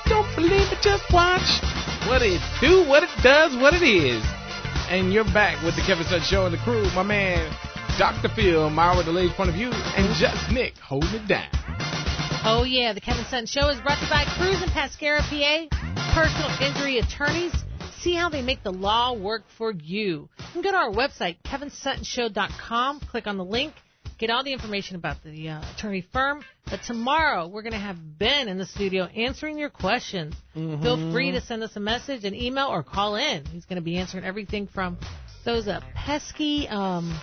S4: Don't believe it, just watch what it do, what it does, what it is. And you're back with the Kevin Sun Show and the crew, my man, Dr. Phil, Myra with the Ladies Point of View, and Just Nick holding it down.
S5: Oh yeah, the Kevin Sutton Show is brought to you by Cruz and Pascara PA, personal injury attorneys. See how they make the law work for you. You can go to our website, kevinsuttonshow.com, click on the link, Get all the information about the uh, attorney firm. But tomorrow we're going to have Ben in the studio answering your questions. Feel free to send us a message, an email, or call in. He's going to be answering everything from those uh, pesky um,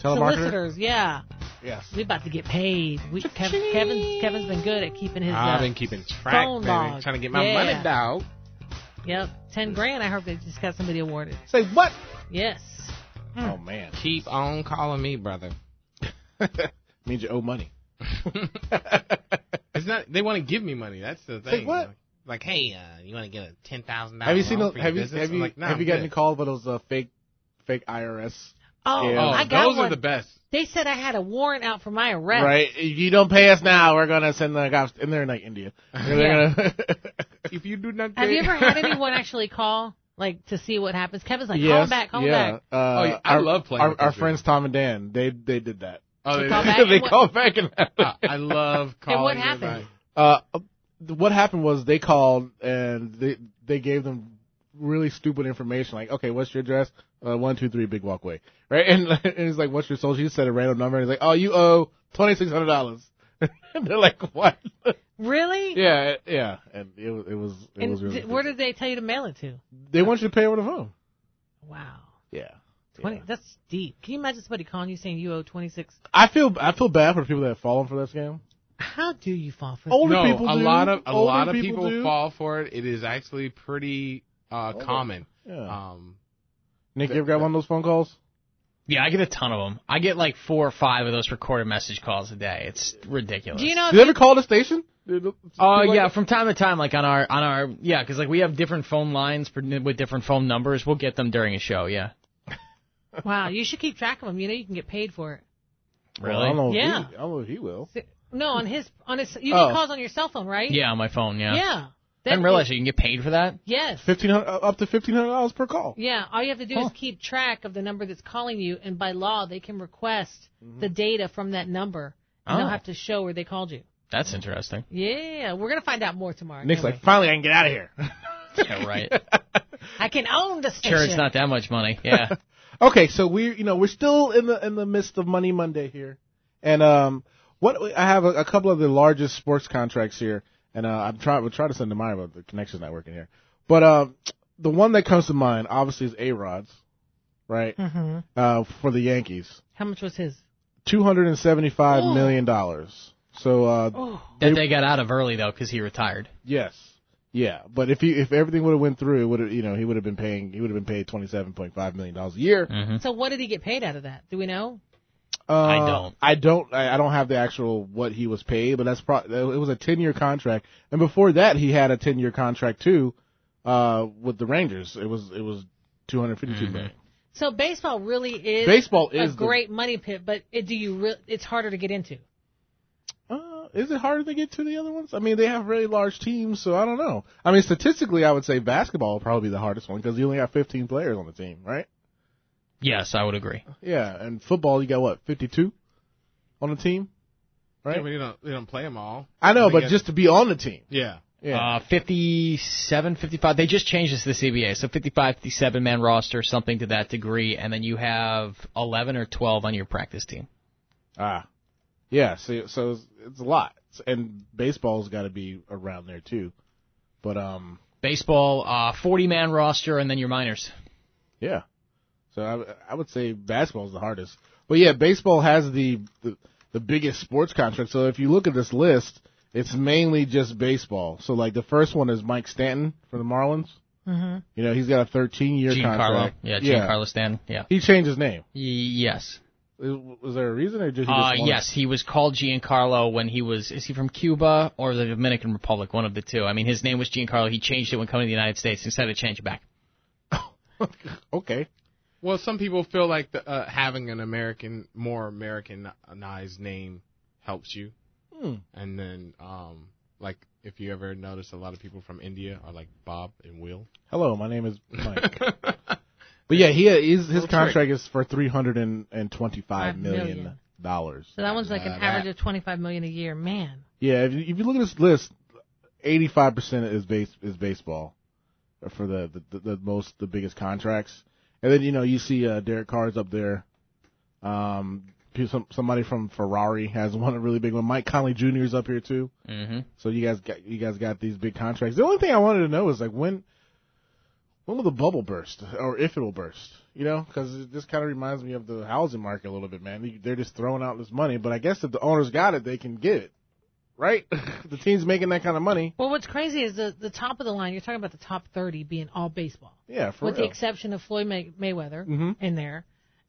S6: Telemarketer.
S5: solicitors. Yeah,
S6: Yes.
S5: we about to get paid. We, Kev,
S4: Cha-ching.
S5: Kevin's Kevin's been good at keeping his.
S4: I've
S5: uh,
S4: been keeping track,
S5: phone
S4: baby.
S5: log.
S4: Trying to get my
S5: Yeah.
S4: money, dog.
S5: Yep, ten grand. I heard they just got somebody awarded.
S6: Say what?
S5: Yes.
S4: Hmm.
S6: Oh man,
S4: Keep on calling me, brother.
S6: means you owe money.
S4: It's not. They want to give me money. That's the thing.
S6: what?
S4: Like, hey, uh, you want to get a ten thousand dollars?
S6: Have you seen? The, have you
S4: business?
S6: have
S4: I'm
S6: you
S4: like, nah,
S6: have you
S4: I'm
S6: gotten a
S4: good.
S6: call for those uh, fake fake IRS?
S5: Oh,
S6: Yeah.
S4: Oh,
S5: I got
S4: those
S5: one.
S4: are the best.
S5: they said I had a warrant out for my arrest.
S6: Right. If you don't pay us now, we're gonna send the cops. And they're in like India. They're gonna-
S4: If you do not,
S5: Have
S4: pay-
S5: you ever had anyone actually call like to see what happens? Kevin's like, call him back, call him
S6: yeah.
S5: back.
S6: Uh,
S4: Oh, yeah, I
S6: our-
S4: love playing
S6: Our,
S4: with
S6: our
S4: this
S6: friends Tom and Dan, they they did that.
S4: oh,
S5: She
S4: they-
S5: called back.
S6: they
S5: and what-
S6: called back and
S4: I, I love calling.
S5: what happened?
S4: everybody.
S6: uh, what happened was they called and they they gave them really stupid information like, okay, what's your address? Uh, one two three Big Walkway, right? And, and it's like, what's your social? You said a random number, and it's like, oh, you owe twenty six hundred dollars. and they're like, what?
S5: Really?
S6: yeah, yeah. And it was it was it
S5: And
S6: was really.
S5: d- where
S6: stupid.
S5: did they tell you to mail it to?
S6: they want you to pay over the phone?
S5: Wow.
S6: Yeah.
S5: 20, That's deep. Can you imagine somebody calling you saying you owe 26?
S6: I feel I feel bad for the people that have fallen for that scam.
S5: How do you fall for
S6: Older
S4: no,
S6: people
S4: a
S6: do.
S4: lot of a
S6: Older
S4: lot of
S6: people
S4: people,
S6: do. Oh.
S4: fall for it. It is actually pretty uh, common.
S6: Yeah.
S4: Um,
S6: Nick, you ever got one of those phone calls?
S7: Yeah, I get a ton of them. I get like four or five of those recorded message calls a day. It's ridiculous.
S5: Do you know?
S6: Did you ever call the station?
S7: Uh, yeah, from time to time, like on our on our yeah, because like we have different phone lines for, with different phone numbers. We'll get them during a show. Yeah,
S5: wow, you should keep track of them. You know you can get paid for it.
S7: really?
S6: Well, I don't know if he-
S5: Yeah.
S6: I don't know if he will.
S5: S- No, on his on his you
S6: Oh.
S5: can calls on your cell phone, right?
S7: yeah, on my phone. Yeah.
S5: Yeah.
S7: I didn't realize you can get paid for that.
S5: Yes.
S6: Fifteen hundred up to fifteen hundred dollars per call.
S5: Yeah, all you have to do is keep track of the number that's calling you, and by law, they can request
S6: Mm-hmm.
S5: the data from that number, and
S7: Oh.
S5: they'll have to show where they called you.
S7: That's interesting.
S5: Yeah, we're gonna find out more tomorrow.
S6: Nick's
S5: can't
S6: like, finally, I can get out of here.
S7: Yeah, right.
S5: we? I can own the station.
S7: sure, it's not that much money. Yeah.
S6: okay, so we, you know, we're still in the in the midst of Money Monday here, and um, what I have a, a couple of the largest sports contracts here, and uh, I'm trying, we're trying to send to mine, but the connection's not working here. But um, the one that comes to mind, obviously, is A Rod's, right?
S5: Mhm.
S6: Uh, for the Yankees,
S5: How much was his?
S6: two hundred and seventy-five million dollars. So uh,
S7: that they got out of early though, because he retired.
S6: Yes. Yeah, but if he if everything would have went through, would have you know he would have been paying he would have been paid twenty seven point five million dollars a
S7: Mm.
S6: year.
S7: Hmm?
S5: So what did he get paid out of that? Do we know?
S6: Uh,
S7: I don't.
S6: I don't. I I don't have the actual what he was paid, but that's probably it was a ten year contract, and before that he had a ten year contract too, uh, with the Rangers. It was it was two
S7: Mm-hmm.
S5: So baseball really is
S6: Baseball is
S5: a
S6: the-
S5: great money pit, but it, do you? Re- it's harder to get into.
S6: Uh, is it harder to get to the other ones? I mean, they have really large teams, so I don't know. I mean, statistically, I would say basketball will probably be the hardest one because you only got fifteen players on the team, right?
S7: Yes, I would agree.
S6: Yeah, and football, you got what, 52 on the team?
S4: yeah,
S6: Right?
S4: but they don't they don't play them all.
S6: I know,
S4: think
S6: but
S4: it's-
S6: just to be on the team.
S4: yeah.
S6: Yeah.
S7: Uh, 57, 55. They just changed this to the CBA, so 55, 57 man roster, something to that degree, and then you have 11 or 12 on your practice team.
S6: ah. Yeah, so, so it's, it's a lot. And baseball's got to be around there, too. But, um,
S7: Baseball, uh, 40 man roster, and then your minors.
S6: yeah. So I, I would say basketball's the hardest. But yeah, baseball has the, the, the biggest sports contract. So if you look at this list, it's mainly just baseball. So, like, the first one is Mike Stanton for the Marlins. Mm-hmm. You know, he's got a 13 year
S7: Giancarlo,
S6: contract.
S7: yeah, Giancarlo Stanton, yeah.
S6: He changed his name.
S7: Y- yes.
S6: Is- Was there a reason, or did he
S7: Uh,
S6: just? want-
S7: yes, he was called Giancarlo when he was. Is he from Cuba or the Dominican Republic? One of the two. I mean, his name was Giancarlo. He changed it when coming to the United States. Instead of change it back.
S6: Okay.
S4: Well, some people feel like the, uh, having an American, more Americanized name helps you. And then, um, like, if you ever notice, a lot of people from India are like Bob and Will.
S6: Hello, my name is Mike. but yeah, he is his contract is for three hundred and twenty-five
S5: Five million.
S6: million dollars.
S5: So that one's like an
S4: Uh, that-
S5: average of twenty-five million a year. Man,
S6: Yeah, if you, if you look at this list, eighty-five percent is base is baseball for the, the, the, the most the biggest contracts, and then you know you see uh, Derek Carr's up there. Um, Some, somebody from Ferrari has one a really big one. Mike Conley Jr. is up here too.
S7: Mm-hmm.
S6: So you guys got you guys got these big contracts. The only thing I wanted to know is like when when will the bubble burst or if it will burst? You know, because this kind of reminds me of the housing market a little bit, man. You- They're just throwing out this money, but I guess if the owners got it, they can get it, right? the team's making that kind of money.
S5: Well, what's crazy is the the top of the line. You're talking about the top 30 being all baseball,
S6: Yeah, for
S5: with
S6: real. Mm-hmm.
S5: the exception of Floyd May- Mayweather in there,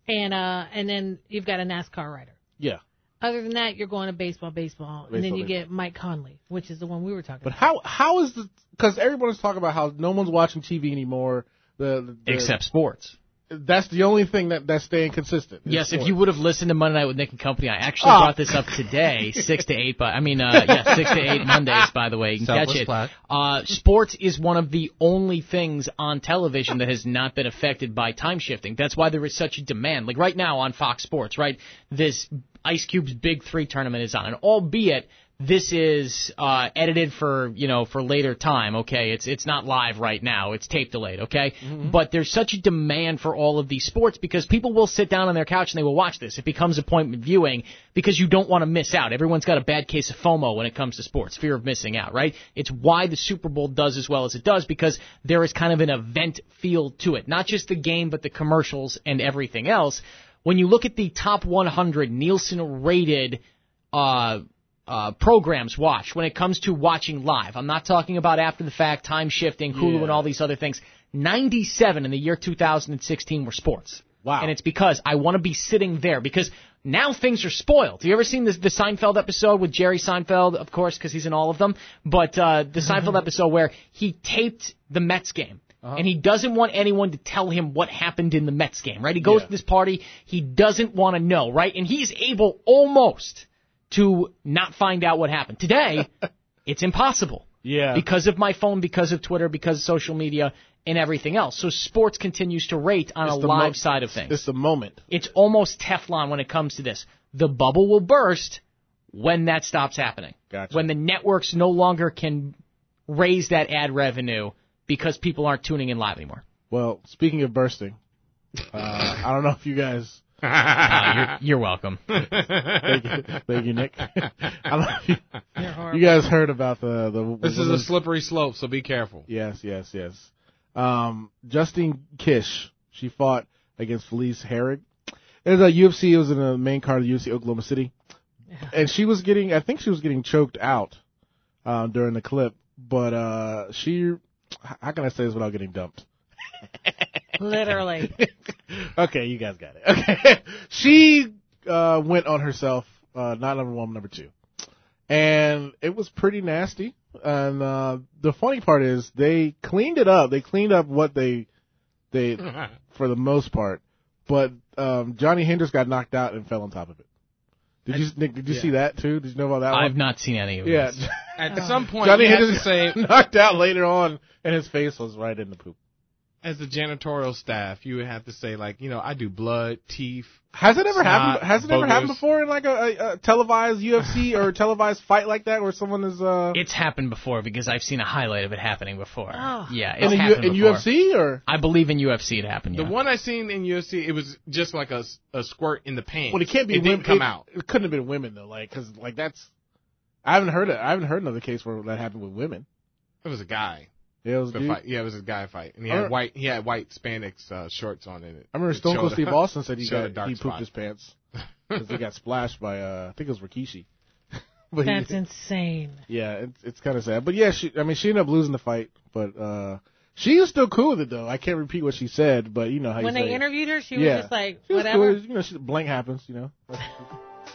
S5: and uh, and then you've got a NASCAR rider.
S6: yeah.
S5: Other than that, you're going to baseball, baseball, and then
S6: Baseball,
S5: you get Mike Conley, which is the one we were talking
S6: But
S5: about.
S6: how how is the because everyone's talking about how no one's watching TV anymore. The, the
S7: Except sports.
S6: that's the only thing that that's staying consistent. is
S7: Yes, if
S6: sports.
S7: you would have listened to Monday Night with Nick and Company, I actually
S6: Ah.
S7: brought this up today, six to eight. But I mean, uh, yeah, six to eight Mondays. By the way, you can catch
S1: Southwest
S7: it.
S1: Platte.
S7: Uh, sports is one of the only things on television that has not been affected by time shifting. That's why there is such a demand. Like right now on Fox Sports, right? This Ice Cube's Big Three tournament is on, and albeit. This is uh, edited for you know for later time. Okay, it's it's not live right now. It's tape delayed. Okay, but there's such a demand for all of these sports because people will sit down on their couch and they will watch this. It becomes appointment viewing because you don't want to miss out. Everyone's got a bad case of FOMO when it comes to sports, fear of missing out, right? It's why the Super Bowl does as well as it does because there is kind of an event feel to it, not just the game, but the commercials and everything else. When you look at the top 100 Nielsen rated uh, uh, programs watch when it comes to watching live. I'm not talking about after the fact, time shifting, Hulu, and all these other things. 97 in the year 2016 were sports.
S6: Wow.
S7: And it's because I want to be sitting there because now things are spoiled. You ever seen this, the Seinfeld episode with Jerry Seinfeld, of course, because he's in all of them, but uh, the Seinfeld episode where he taped the Mets game.
S6: Uh-huh.
S7: And he doesn't want anyone to tell him what happened in the Mets game, right? He goes
S6: Yeah.
S7: to this party. He doesn't want to know, right? And he's able almost to not find out what happened. Today, it's impossible.
S6: Yeah.
S7: Because of my phone, because of Twitter, because of social media, and everything else. So sports continues to rate on a
S6: the
S7: live
S6: mo-
S7: side of things.
S6: it's the moment.
S7: It's almost Teflon when it comes to this. The bubble will burst when that stops happening.
S6: Gotcha.
S7: When the networks no longer can raise that ad revenue because people aren't tuning in live anymore.
S6: Well, speaking of bursting, uh, I don't know if you guys
S7: Uh, you're, you're welcome.
S6: thank you, thank you Nick. I don't know if you, you guys heard about the the
S4: This is a slippery slope, so be careful.
S6: yes yes yes. Um, Justine Kish she fought against Felice Herrig. It was a UFC. It was in the main card of UFC Oklahoma City, and she was getting I think she was getting choked out uh, during the clip, but uh, she how can I say this without getting dumped?
S5: Literally,
S6: okay, you guys got it. Okay. she uh, went on herself, uh, not number one, number two. And it was pretty nasty. And uh, the funny part is they cleaned it up. They cleaned up what they they for the most part. But um, Johnny Hendricks got knocked out and fell on top of it. Did you Nick, did you see that too? Did you know about that
S7: I've
S6: one?
S7: not seen any of
S6: yeah.
S7: this.
S4: At some point,
S6: Johnny
S4: you have to
S6: Hendricks
S4: say,
S6: got knocked out later on and his face was right in the poop.
S4: as the janitorial staff, you would have to say, like, you know, I do blood, teeth.
S6: Has it ever
S4: Snot,
S6: happened? Has it ever
S4: boogers.
S6: happened before in like a, a, a televised UFC or televised fight like that, where someone is uh
S7: It's happened before because I've seen a highlight of it happening before.
S6: Ah.
S5: Oh.
S7: Yeah, it's
S6: in, a U-
S7: happened
S6: in
S7: before.
S6: UFC or
S7: I believe in UFC it happened.
S4: The
S7: yeah.
S4: one I seen in UFC, it was just like a, s- a squirt in the pants.
S6: well, it can't be.
S4: It
S6: women,
S4: didn't come
S6: it-
S4: out.
S6: It couldn't have been women though, like because like that's. I haven't heard it. I haven't heard another case where that happened with women.
S4: It was a guy.
S6: Yeah, it was a
S4: The
S6: dude.
S4: fight. Yeah, it was a guy fight, and he
S6: Or-
S4: had white. He had white spandex uh, shorts on in it.
S6: I remember
S4: It
S6: Stone Cold
S4: showed-
S6: Steve Austin said he
S4: showed a
S6: got
S4: dark
S6: he pooped
S4: spot.
S6: his pants because he got splashed by uh I think it was Rikishi. but he-
S5: that's insane.
S6: yeah, it's it's kind of sad. But yeah, she I mean she ended up losing the fight, but uh she was still cool with it though. I can't repeat what she said, but you know how
S5: When
S6: you say
S5: they
S6: it.
S5: interviewed her, she was just like,
S6: She was
S5: whatever.
S6: Cool. You know, she, blank happens. You know.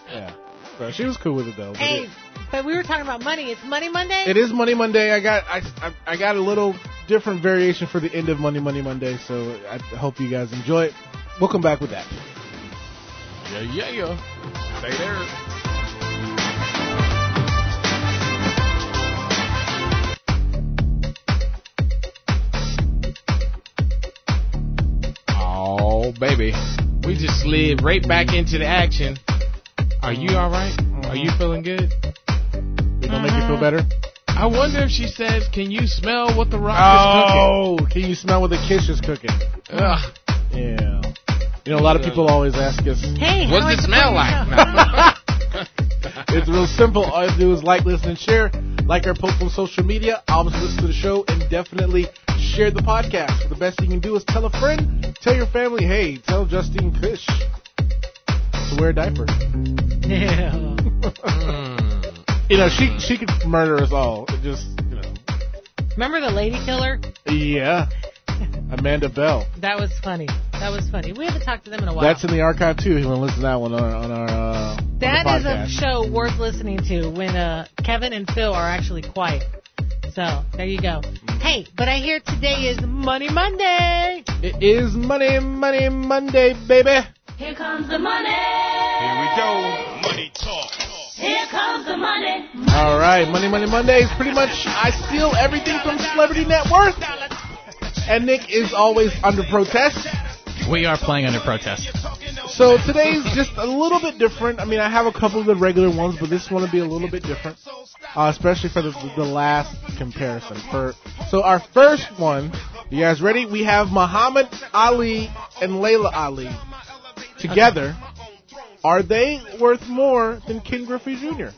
S6: yeah. So she was cool with it though. But
S5: Hey,
S6: it-
S5: but we were talking about money. It's Money Monday.
S6: it is Money Monday. I got I, I I got a little different variation for the end of Money Money Monday. So I hope you guys enjoy it. We'll come back with that.
S4: Yeah, yeah, yeah. Stay there. Oh, baby. We just slid right back into the action. Are you alright? Are you feeling good?
S6: It don't make you
S5: Mm-hmm.
S6: feel better.
S4: I wonder if she says, Can you smell what the rock
S6: Oh. can you smell what the kiss is cooking?
S4: is cooking? Ugh.
S6: Yeah. You know, a lot of people always ask us.
S5: Hey, how do I
S4: What's it
S5: support
S4: smell
S5: your
S4: like?
S5: show?
S6: It's real simple. All you have to do is like, listen, and share. Like our post on social media, obviously listen to the show, and definitely share the podcast. The best thing you can do is tell a friend, tell your family, hey, tell Justine Kush to wear a diaper.
S7: Yeah.
S6: You know, she she could murder us all. It just, you know.
S5: Remember the lady killer?
S6: Yeah. Amanda Bell.
S5: That was funny. That was funny. We haven't talked to them in a while.
S6: That's in the archive, too, if you want to listen to that one on, our- on our uh, on the
S5: That is a
S6: podcast.
S5: show worth listening to when uh, Kevin and Phil are actually quiet. So there you go.
S6: Mm-hmm.
S5: Hey, but I hear today is Money Monday.
S6: It is Money, Money Monday, baby.
S1: Here comes the money.
S4: Here we go. Money talk.
S1: Here comes the money.
S6: All right, Money Money Monday is pretty much I steal everything from Celebrity Net Worth, and Nick is always under protest.
S7: We are playing under protest.
S6: So today's just a little bit different. I mean, I have a couple of the regular ones, but this one will be a little bit different, uh, especially for the, the last comparison. For so our first one, you guys ready? We have Muhammad Ali and Layla Ali together. Are they worth more than Ken Griffey Jr.?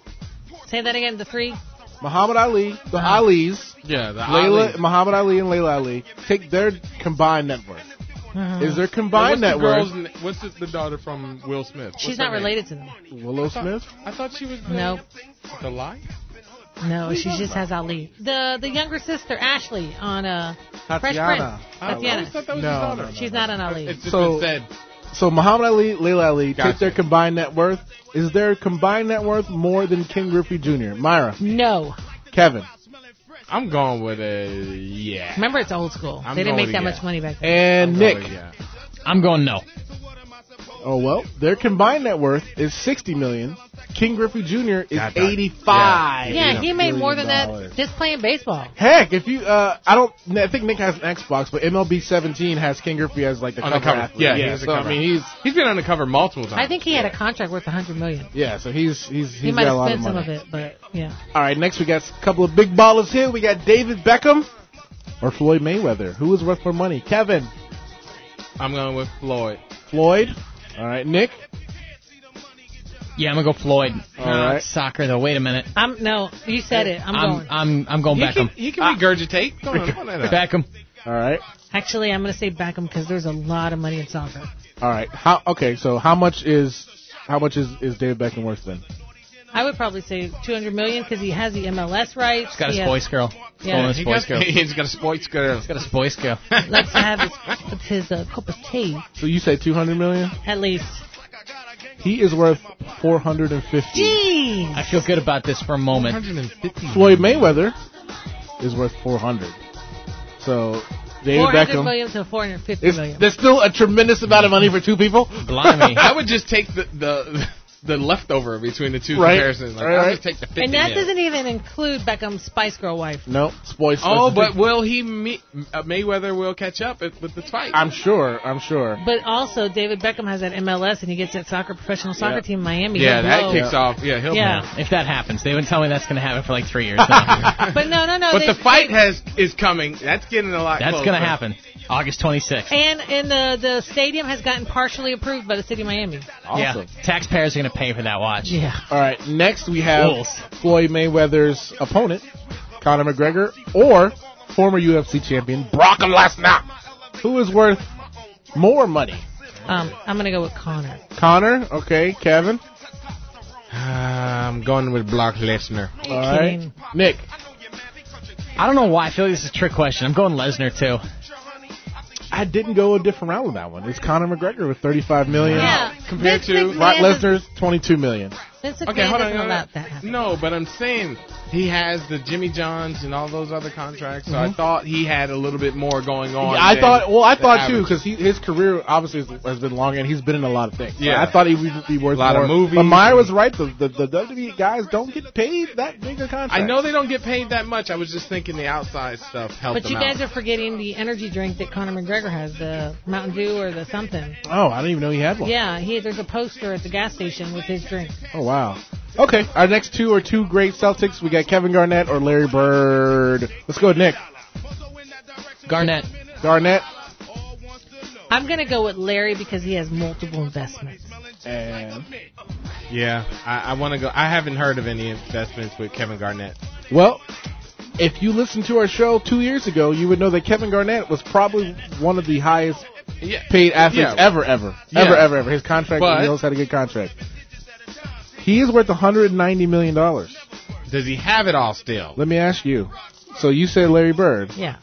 S5: Say that again. The three.
S6: Muhammad Ali, the Ali's.
S4: Yeah, the
S6: Layla,
S4: Ali.
S6: Muhammad Ali and Layla Ali take their combined net worth. Is their
S4: Uh-huh. What's
S6: combined
S4: the
S6: net
S4: girl's?
S6: worth
S4: n- What's the, the daughter from Will Smith? What's
S5: She's
S4: her
S5: not
S4: name?
S5: related to them.
S6: Willow Smith?
S4: I thought she was the,
S5: No,
S4: the lie.
S5: no, she just has Ali. The the younger sister Ashley on uh, Fresh
S6: Tatiana.
S5: Prince.
S4: I always
S5: Tatiana.
S4: thought that was
S6: No,
S4: his daughter.
S6: no, no.
S5: She's not on Ali.
S4: It's just
S6: So-
S4: been said.
S6: So Muhammad Ali, Layla Ali take
S4: Gotcha.
S6: their combined net worth. Is their combined net worth more than Ken Griffey Jr.? Myra,
S5: No.
S6: Kevin,
S4: I'm going with a yeah.
S5: Remember, it's old school.
S4: I'm
S5: they didn't
S4: going
S5: make
S4: to
S5: that
S4: yes.
S5: much money back then.
S6: and Nick.
S4: Oh, yeah.
S7: I'm going no.
S6: Oh well, their combined net worth is sixty million. Ken Griffey Jr. is
S4: God, God.
S6: eighty-five.
S5: Yeah, he made more than
S6: dollars.
S5: that just playing baseball.
S6: Heck, if you, uh, I don't, I think Nick has an Xbox, but MLB 17 has King Griffey as like the
S4: On
S6: cover,
S4: the cover.
S6: athlete.
S4: Yeah, he was a
S6: so
S4: cover.
S6: I mean, he's,
S4: He's been undercover multiple times.
S5: I think he had a contract worth a hundred million.
S6: yeah, so he's, he's, he's
S5: He might
S6: got a
S5: have
S6: lot of
S5: spent some
S6: money.
S5: of it, but yeah.
S6: All right, next we got a couple of big ballers here. We got David Beckham or Floyd Mayweather. Who is worth more money? Kevin,
S4: I'm going with Floyd.
S6: Floyd. All right, Nick.
S7: Yeah, I'm gonna go Floyd.
S6: All
S7: Nah,
S6: right.
S7: it's soccer though. Wait a minute.
S5: I'm no, you said it. I'm,
S7: I'm
S5: going.
S7: I'm I'm going
S4: He can,
S7: Beckham.
S4: he can regurgitate. Go on, come on, that up.
S7: Beckham.
S6: All right,
S5: Actually, I'm going to say Beckham because there's a lot of money in soccer.
S6: all right. How? Okay, so how much is, how much is is David Beckham worth then?
S5: I would probably say 200 million because he has the MLS rights.
S7: Got his
S5: he has-
S7: boy scout.
S5: Yeah.
S7: Stolen his
S4: He
S7: boy
S4: got,
S7: scout.
S4: he's got a sports girl.
S7: Got his boy scout.
S5: Likes to have his, his uh, cup of tea
S6: So you say 200 million?
S5: at least.
S6: He is worth 450.
S5: Gee,
S7: I feel good about this for a moment.
S4: 150.
S6: Floyd Mayweather is worth 400. So David
S5: 400
S6: Beckham.
S5: million to 450
S6: It's,
S5: million.
S6: there's still a tremendous amount of money for two people.
S7: Blimey.
S4: I would just take the the the leftover between the two
S6: Right.
S4: comparisons. Like,
S6: Right,
S4: I'll
S6: right.
S4: just take the 50
S5: and that
S4: mil.
S5: doesn't even include Beckham's Spice Girl wife.
S6: No, it's boys.
S4: Oh,
S6: versus
S4: but will he meet uh, Mayweather? Will catch up if- with the fight?
S6: I'm sure. I'm sure.
S5: But also, David Beckham has that MLS and he gets that soccer professional soccer
S6: Yeah.
S5: team in Miami.
S4: yeah,
S5: He'll
S4: that
S5: blow.
S4: kicks off. Yeah, he'll.
S5: Yeah.
S7: If that happens, they would tell me that's going to happen for like three years. now.
S5: But no, no, no.
S4: But
S5: they-
S4: the fight has is coming. That's getting a lot.
S7: that's
S4: closer.
S7: going to happen. August 26th.
S5: And and the the stadium has gotten partially approved by the city of Miami.
S6: Awesome.
S7: Yeah, taxpayers are going to pay for that watch.
S5: Yeah.
S6: All right. Next we have
S7: Wolves.
S6: Floyd Mayweather's opponent, Conor McGregor, or former UFC champion Brock Lesnar, who is worth more money.
S5: Um, I'm gonna go with Connor.
S6: Conor, okay. Kevin,
S4: I'm going with Brock Lesnar.
S6: all right.
S5: kidding?
S6: Nick,
S7: I don't know why. I feel like this is a trick question. I'm going Lesnar too.
S6: I didn't go a different round with that one. It's Conor McGregor with 35 million.
S5: Yeah.
S4: Compared
S5: Vince
S4: to
S5: McMahon
S6: Brock
S5: doesn't-
S6: Lesnar's 22 million.
S5: Vince McMahon
S4: Okay, hold on.
S5: doesn't
S4: hold
S5: allow
S4: on.
S5: that to happen.
S4: No, but I'm saying he has the Jimmy Johns and all those other contracts. So
S5: Mm-hmm.
S4: I thought he had a little bit more going on.
S6: Yeah, I
S4: than
S6: thought. Well, I
S4: the
S6: thought too
S4: average.
S6: because his career obviously has- has been long and he's been in a lot of things. So
S4: Yeah.
S6: I thought he would be worth
S4: A lot of
S6: more.
S4: movies.
S6: But Meyer was right. The, the the WWE guys don't get paid that big a contract.
S4: I know they don't get paid that much. I was just thinking the outside stuff helped.
S5: But you
S4: them
S5: guys
S4: out.
S5: are forgetting the energy drink that Conor McGregor has, the Mountain Dew or the something.
S6: Oh, I didn't even know he had one.
S5: Yeah, he there's a poster at the gas station with his drink.
S6: Oh wow. Okay, our next two are two great Celtics. We got Kevin Garnett or Larry Bird. Let's go, with Nick
S7: Garnett.
S6: Garnett.
S5: I'm going to go with Larry because he has multiple investments.
S6: And
S4: Uh, Yeah, I, I want to go. I haven't heard of any investments with Kevin Garnett.
S6: well, if you listened to our show two years ago, you would know that Kevin Garnett was probably one of the highest
S4: Yeah,
S6: paid athletes
S4: Yeah.
S6: ever, ever,
S4: Yeah.
S6: ever, ever, ever. His contract,
S4: But-
S6: he always had a good contract. He is worth 190 million dollars.
S4: Does he have it all still?
S6: Let me ask you. So you said Larry Bird.
S5: Yeah.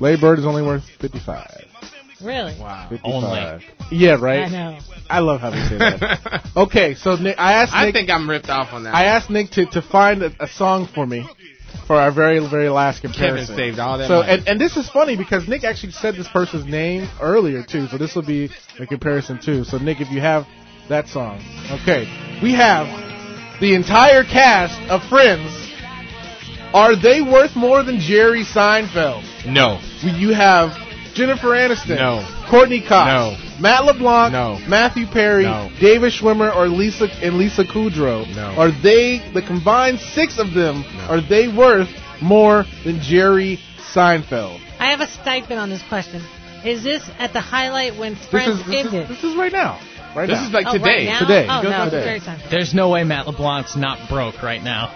S6: Larry Bird is only worth 55.
S5: Really?
S4: Wow.
S6: 55.
S7: Only.
S6: Yeah,
S5: I
S6: right.
S5: know.
S6: I love how they say that.
S4: I
S6: okay, so Nick, I asked Nick.
S4: think I'm ripped off on that.
S6: I asked Nick to, to find a, a song for me for our very very last
S4: Kevin
S6: comparison.
S4: saved all that
S6: so
S4: money.
S6: and, and this is funny because Nick actually said this person's name earlier too, so this will be a comparison too. So Nick, if you have that song, okay, we have the entire cast of Friends. Are they worth more than Jerry Seinfeld?
S4: no.
S6: You have Jennifer Aniston,
S4: No.
S6: Courtney Cox,
S4: No.
S6: Matt LeBlanc,
S4: No.
S6: Matthew Perry,
S4: No.
S6: David Schwimmer, or Lisa and Lisa Kudrow.
S4: No.
S6: Are they the combined six of them?
S4: No.
S6: Are they worth more than Jerry Seinfeld?
S5: I have a stipend on this question. Is this at the highlight when
S6: This
S5: Friends
S6: is, this, is,
S5: ended?
S6: this is right now. Right
S4: This
S6: now.
S4: is like
S5: oh, right
S4: today.
S5: now?
S6: Today.
S5: Oh,
S6: Go
S5: no,
S6: today.
S5: it's very time.
S7: There's no way Matt LeBlanc's not broke right now.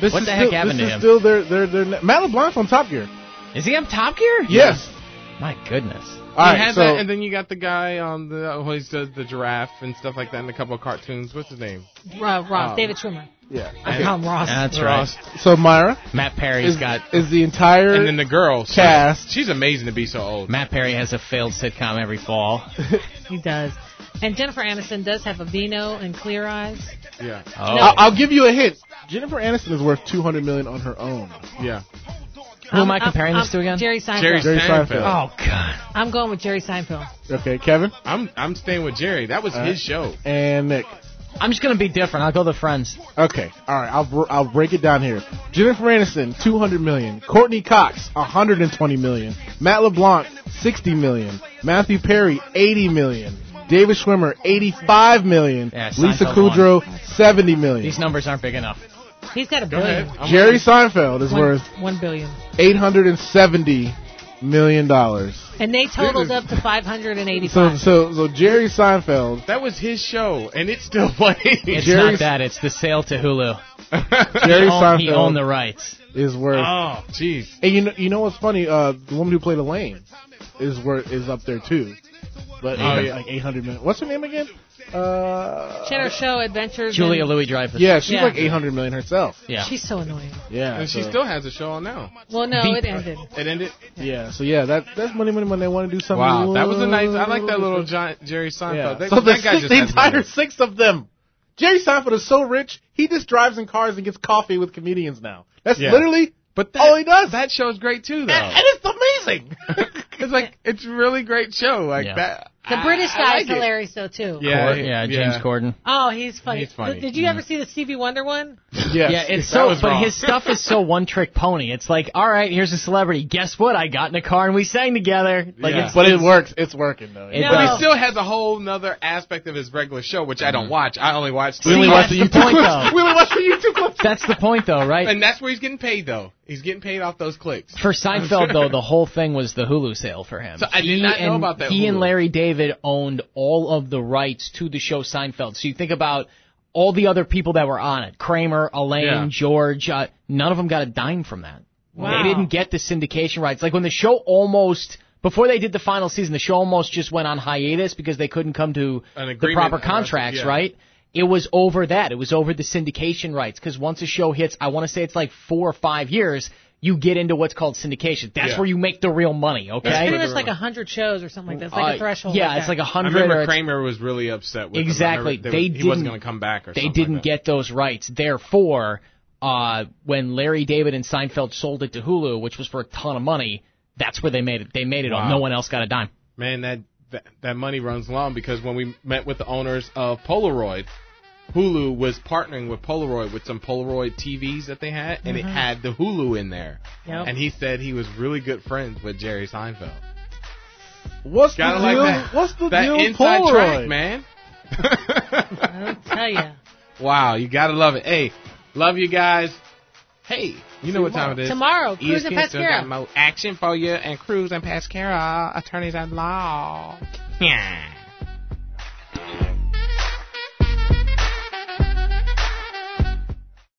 S6: this
S7: what
S6: is
S7: the heck
S6: still,
S7: happened
S6: this
S7: to
S6: is
S7: him?
S6: Still, their their their Matt LeBlanc's on Top Gear.
S7: Is he on Top Gear?
S6: Yes. Uh,
S7: My goodness.
S6: All
S4: you
S6: right.
S4: had
S6: So
S4: that, and then you got the guy on the who always does the giraffe and stuff like that in a couple of cartoons. What's his name?
S5: Ross, Ross,
S4: Oh.
S5: David Trimmer.
S6: yeah.
S4: Okay.
S5: Tom Ross.
S7: That's
S4: Ross.
S7: right.
S6: So Myra
S7: Matt Perry's
S6: is,
S7: got.
S6: is the entire
S4: And then the girl. she-
S6: Cast.
S4: She's amazing to be so old.
S7: Matt Perry has a failed sitcom every fall.
S5: He does. And Jennifer Aniston does have a vino and clear eyes.
S4: Yeah.
S7: Oh.
S6: I'll, I'll give you a hint. Jennifer Aniston is worth 200 million on her own.
S4: Yeah.
S7: Who am
S5: I'm-
S7: I comparing
S5: I'm-
S7: this to again?
S5: Jerry Seinfeld.
S4: Jerry,
S6: Jerry
S4: Seinfeld.
S6: Seinfeld.
S7: Oh God.
S5: I'm going with Jerry Seinfeld.
S6: Okay, Kevin
S4: I'm I'm staying with Jerry. That was
S6: All right.
S4: his show.
S6: and Nick.
S7: I'm just gonna be different. I'll go the Friends.
S6: Okay, all right. I'll br- I'll break it down here. Jennifer Aniston, 200 million. Courtney Cox, 120 million. Matt LeBlanc, 60 million. Matthew Perry, 80 million. David Schwimmer, 85 million.
S7: Yeah, Seinfeld
S6: Lisa Kudrow, 70 million.
S7: These numbers aren't big enough.
S5: He's got a
S4: Go ahead.
S5: billion.
S4: I'm
S6: Jerry Seinfeld is
S5: One-
S6: worth
S5: one billion.
S6: 870 million dollars.
S5: And they totaled
S4: is-
S5: up to 585.
S6: So so so Jerry Seinfeld,
S4: That was his show, and it's still playing.
S7: It's
S6: Jerry's-
S7: not that. It's the sale to Hulu.
S6: Jerry
S7: he, owned, he
S6: Seinfeld.
S7: owned the rights.
S6: is worth
S4: oh, jeez.
S6: And you know, you know what's funny? Uh, the woman who played Elaine is where is up there too. But
S4: Oh,
S6: eight-
S4: yeah.
S6: like 800 million. What's her name again? Uh,
S5: Cheddar Show Adventures.
S7: Julia
S5: and-
S7: Louis Dreyfus.
S6: Yeah, she's
S5: Yeah.
S6: like 800 million herself.
S7: Yeah.
S5: She's so annoying.
S6: Yeah.
S4: And she
S6: so-
S4: still has a show on now.
S5: Well, no,
S7: The-
S5: it ended.
S4: It ended.
S6: Yeah. So yeah, that that's money, money, money. They want to do something.
S4: Wow, that was a nice. I
S6: little
S4: like that little
S6: different.
S4: John, Jerry Seinfeld.
S6: Yeah.
S4: That,
S6: so the,
S4: that guy
S6: six,
S4: just
S6: the
S4: has
S6: entire
S4: money.
S6: six of them. Jerry Seinfeld is so rich, he just drives in cars and gets coffee with comedians now. That's
S4: Yeah.
S6: literally
S4: But that,
S6: all he does.
S4: that show's great too, though.
S6: Oh, and, and it's amazing.
S4: it's like it's a really great show. Like
S7: Yeah.
S4: that.
S5: The
S4: I-
S5: British
S4: I
S5: guy
S4: like
S5: is
S4: it.
S5: hilarious, though, too.
S4: Yeah,
S7: Cor- yeah, James Corden.
S5: Oh, he's funny.
S4: He's funny.
S5: Did- Did you
S7: Mm-hmm.
S5: ever see the Stevie Wonder one?
S6: yes.
S7: Yeah, it's
S4: that
S7: so.
S4: was
S7: But
S4: wrong.
S7: his stuff is so one trick pony. It's like, all right, here's a celebrity. Guess what? I got in a car and we sang together. Like
S4: Yeah.
S7: it's,
S6: but it works. It's working though.
S7: It
S5: No.
S4: But he
S7: does.
S4: still has a whole nother aspect of his regular show, which I
S7: Mm-hmm.
S4: don't watch. I only watch.
S7: See,
S6: only watch the
S7: that's the
S6: YouTube
S7: point,
S6: clips.
S7: though.
S6: We only watch the YouTube clips.
S7: That's the point, though, right?
S4: and that's where he's getting paid, though. He's getting paid off those clicks.
S7: For Seinfeld, though, the whole thing was the Hulu sale for him.
S4: So I did
S7: He
S4: not know
S7: and-
S4: about that
S7: He and
S4: Hulu.
S7: Larry David owned all of the rights to the show Seinfeld. So you think about all the other people that were on it: Kramer, Elaine,
S4: Yeah.
S7: George. Uh, none of them got a dime from that.
S5: Wow.
S7: They didn't get the syndication rights. Like when the show almost. Before they did the final season, the show almost just went on hiatus because they couldn't come to
S4: An
S7: the
S4: agreement
S7: proper
S4: on that,
S7: contracts,
S4: yeah.
S7: right? It was over that. It was over the syndication rights because once a show hits, I want to say it's like four or five years, you get into what's called syndication. That's
S4: Yeah.
S7: where you make the real money,
S4: That's
S7: okay?
S5: Pretty much like a hundred shows or something like that. It's like
S7: Uh,
S5: a threshold.
S7: Yeah,
S5: like
S7: it's like a
S4: I
S7: hundred.
S4: remember
S7: or-
S4: Kramer was really upset with him. I
S7: Exactly.
S4: remember
S7: They
S4: was- he wasn't
S7: didn't-
S4: going to come back or
S7: They
S4: something
S7: didn't
S4: like that.
S7: get those rights. Therefore, uh, when Larry David and Seinfeld sold it to Hulu, which was for a ton of money, that's where they made it. They made it all.
S4: Wow.
S7: No one else got a dime.
S4: man, that, that that money runs long because when we met with the owners of Polaroid, Hulu was partnering with Polaroid with some Polaroid TVs that they had, and it had the Hulu in there.
S5: Mm-hmm. Yep.
S4: And he said he was really good friends with Jerry Seinfeld.
S6: What's the
S4: Gotta
S6: deal?
S4: like that.
S6: What's the
S4: that
S6: deal? with
S4: inside
S6: Polaroid?
S4: track, man.
S5: I'll tell you.
S4: wow, you gotta love it. Hey, love you guys. Hey, you know what time it is. E
S5: Tomorrow, Cruz and
S4: ESPN still got
S5: Pasquera.
S4: mo- action for you and Cruz and Pascara, attorneys at law. Yeah.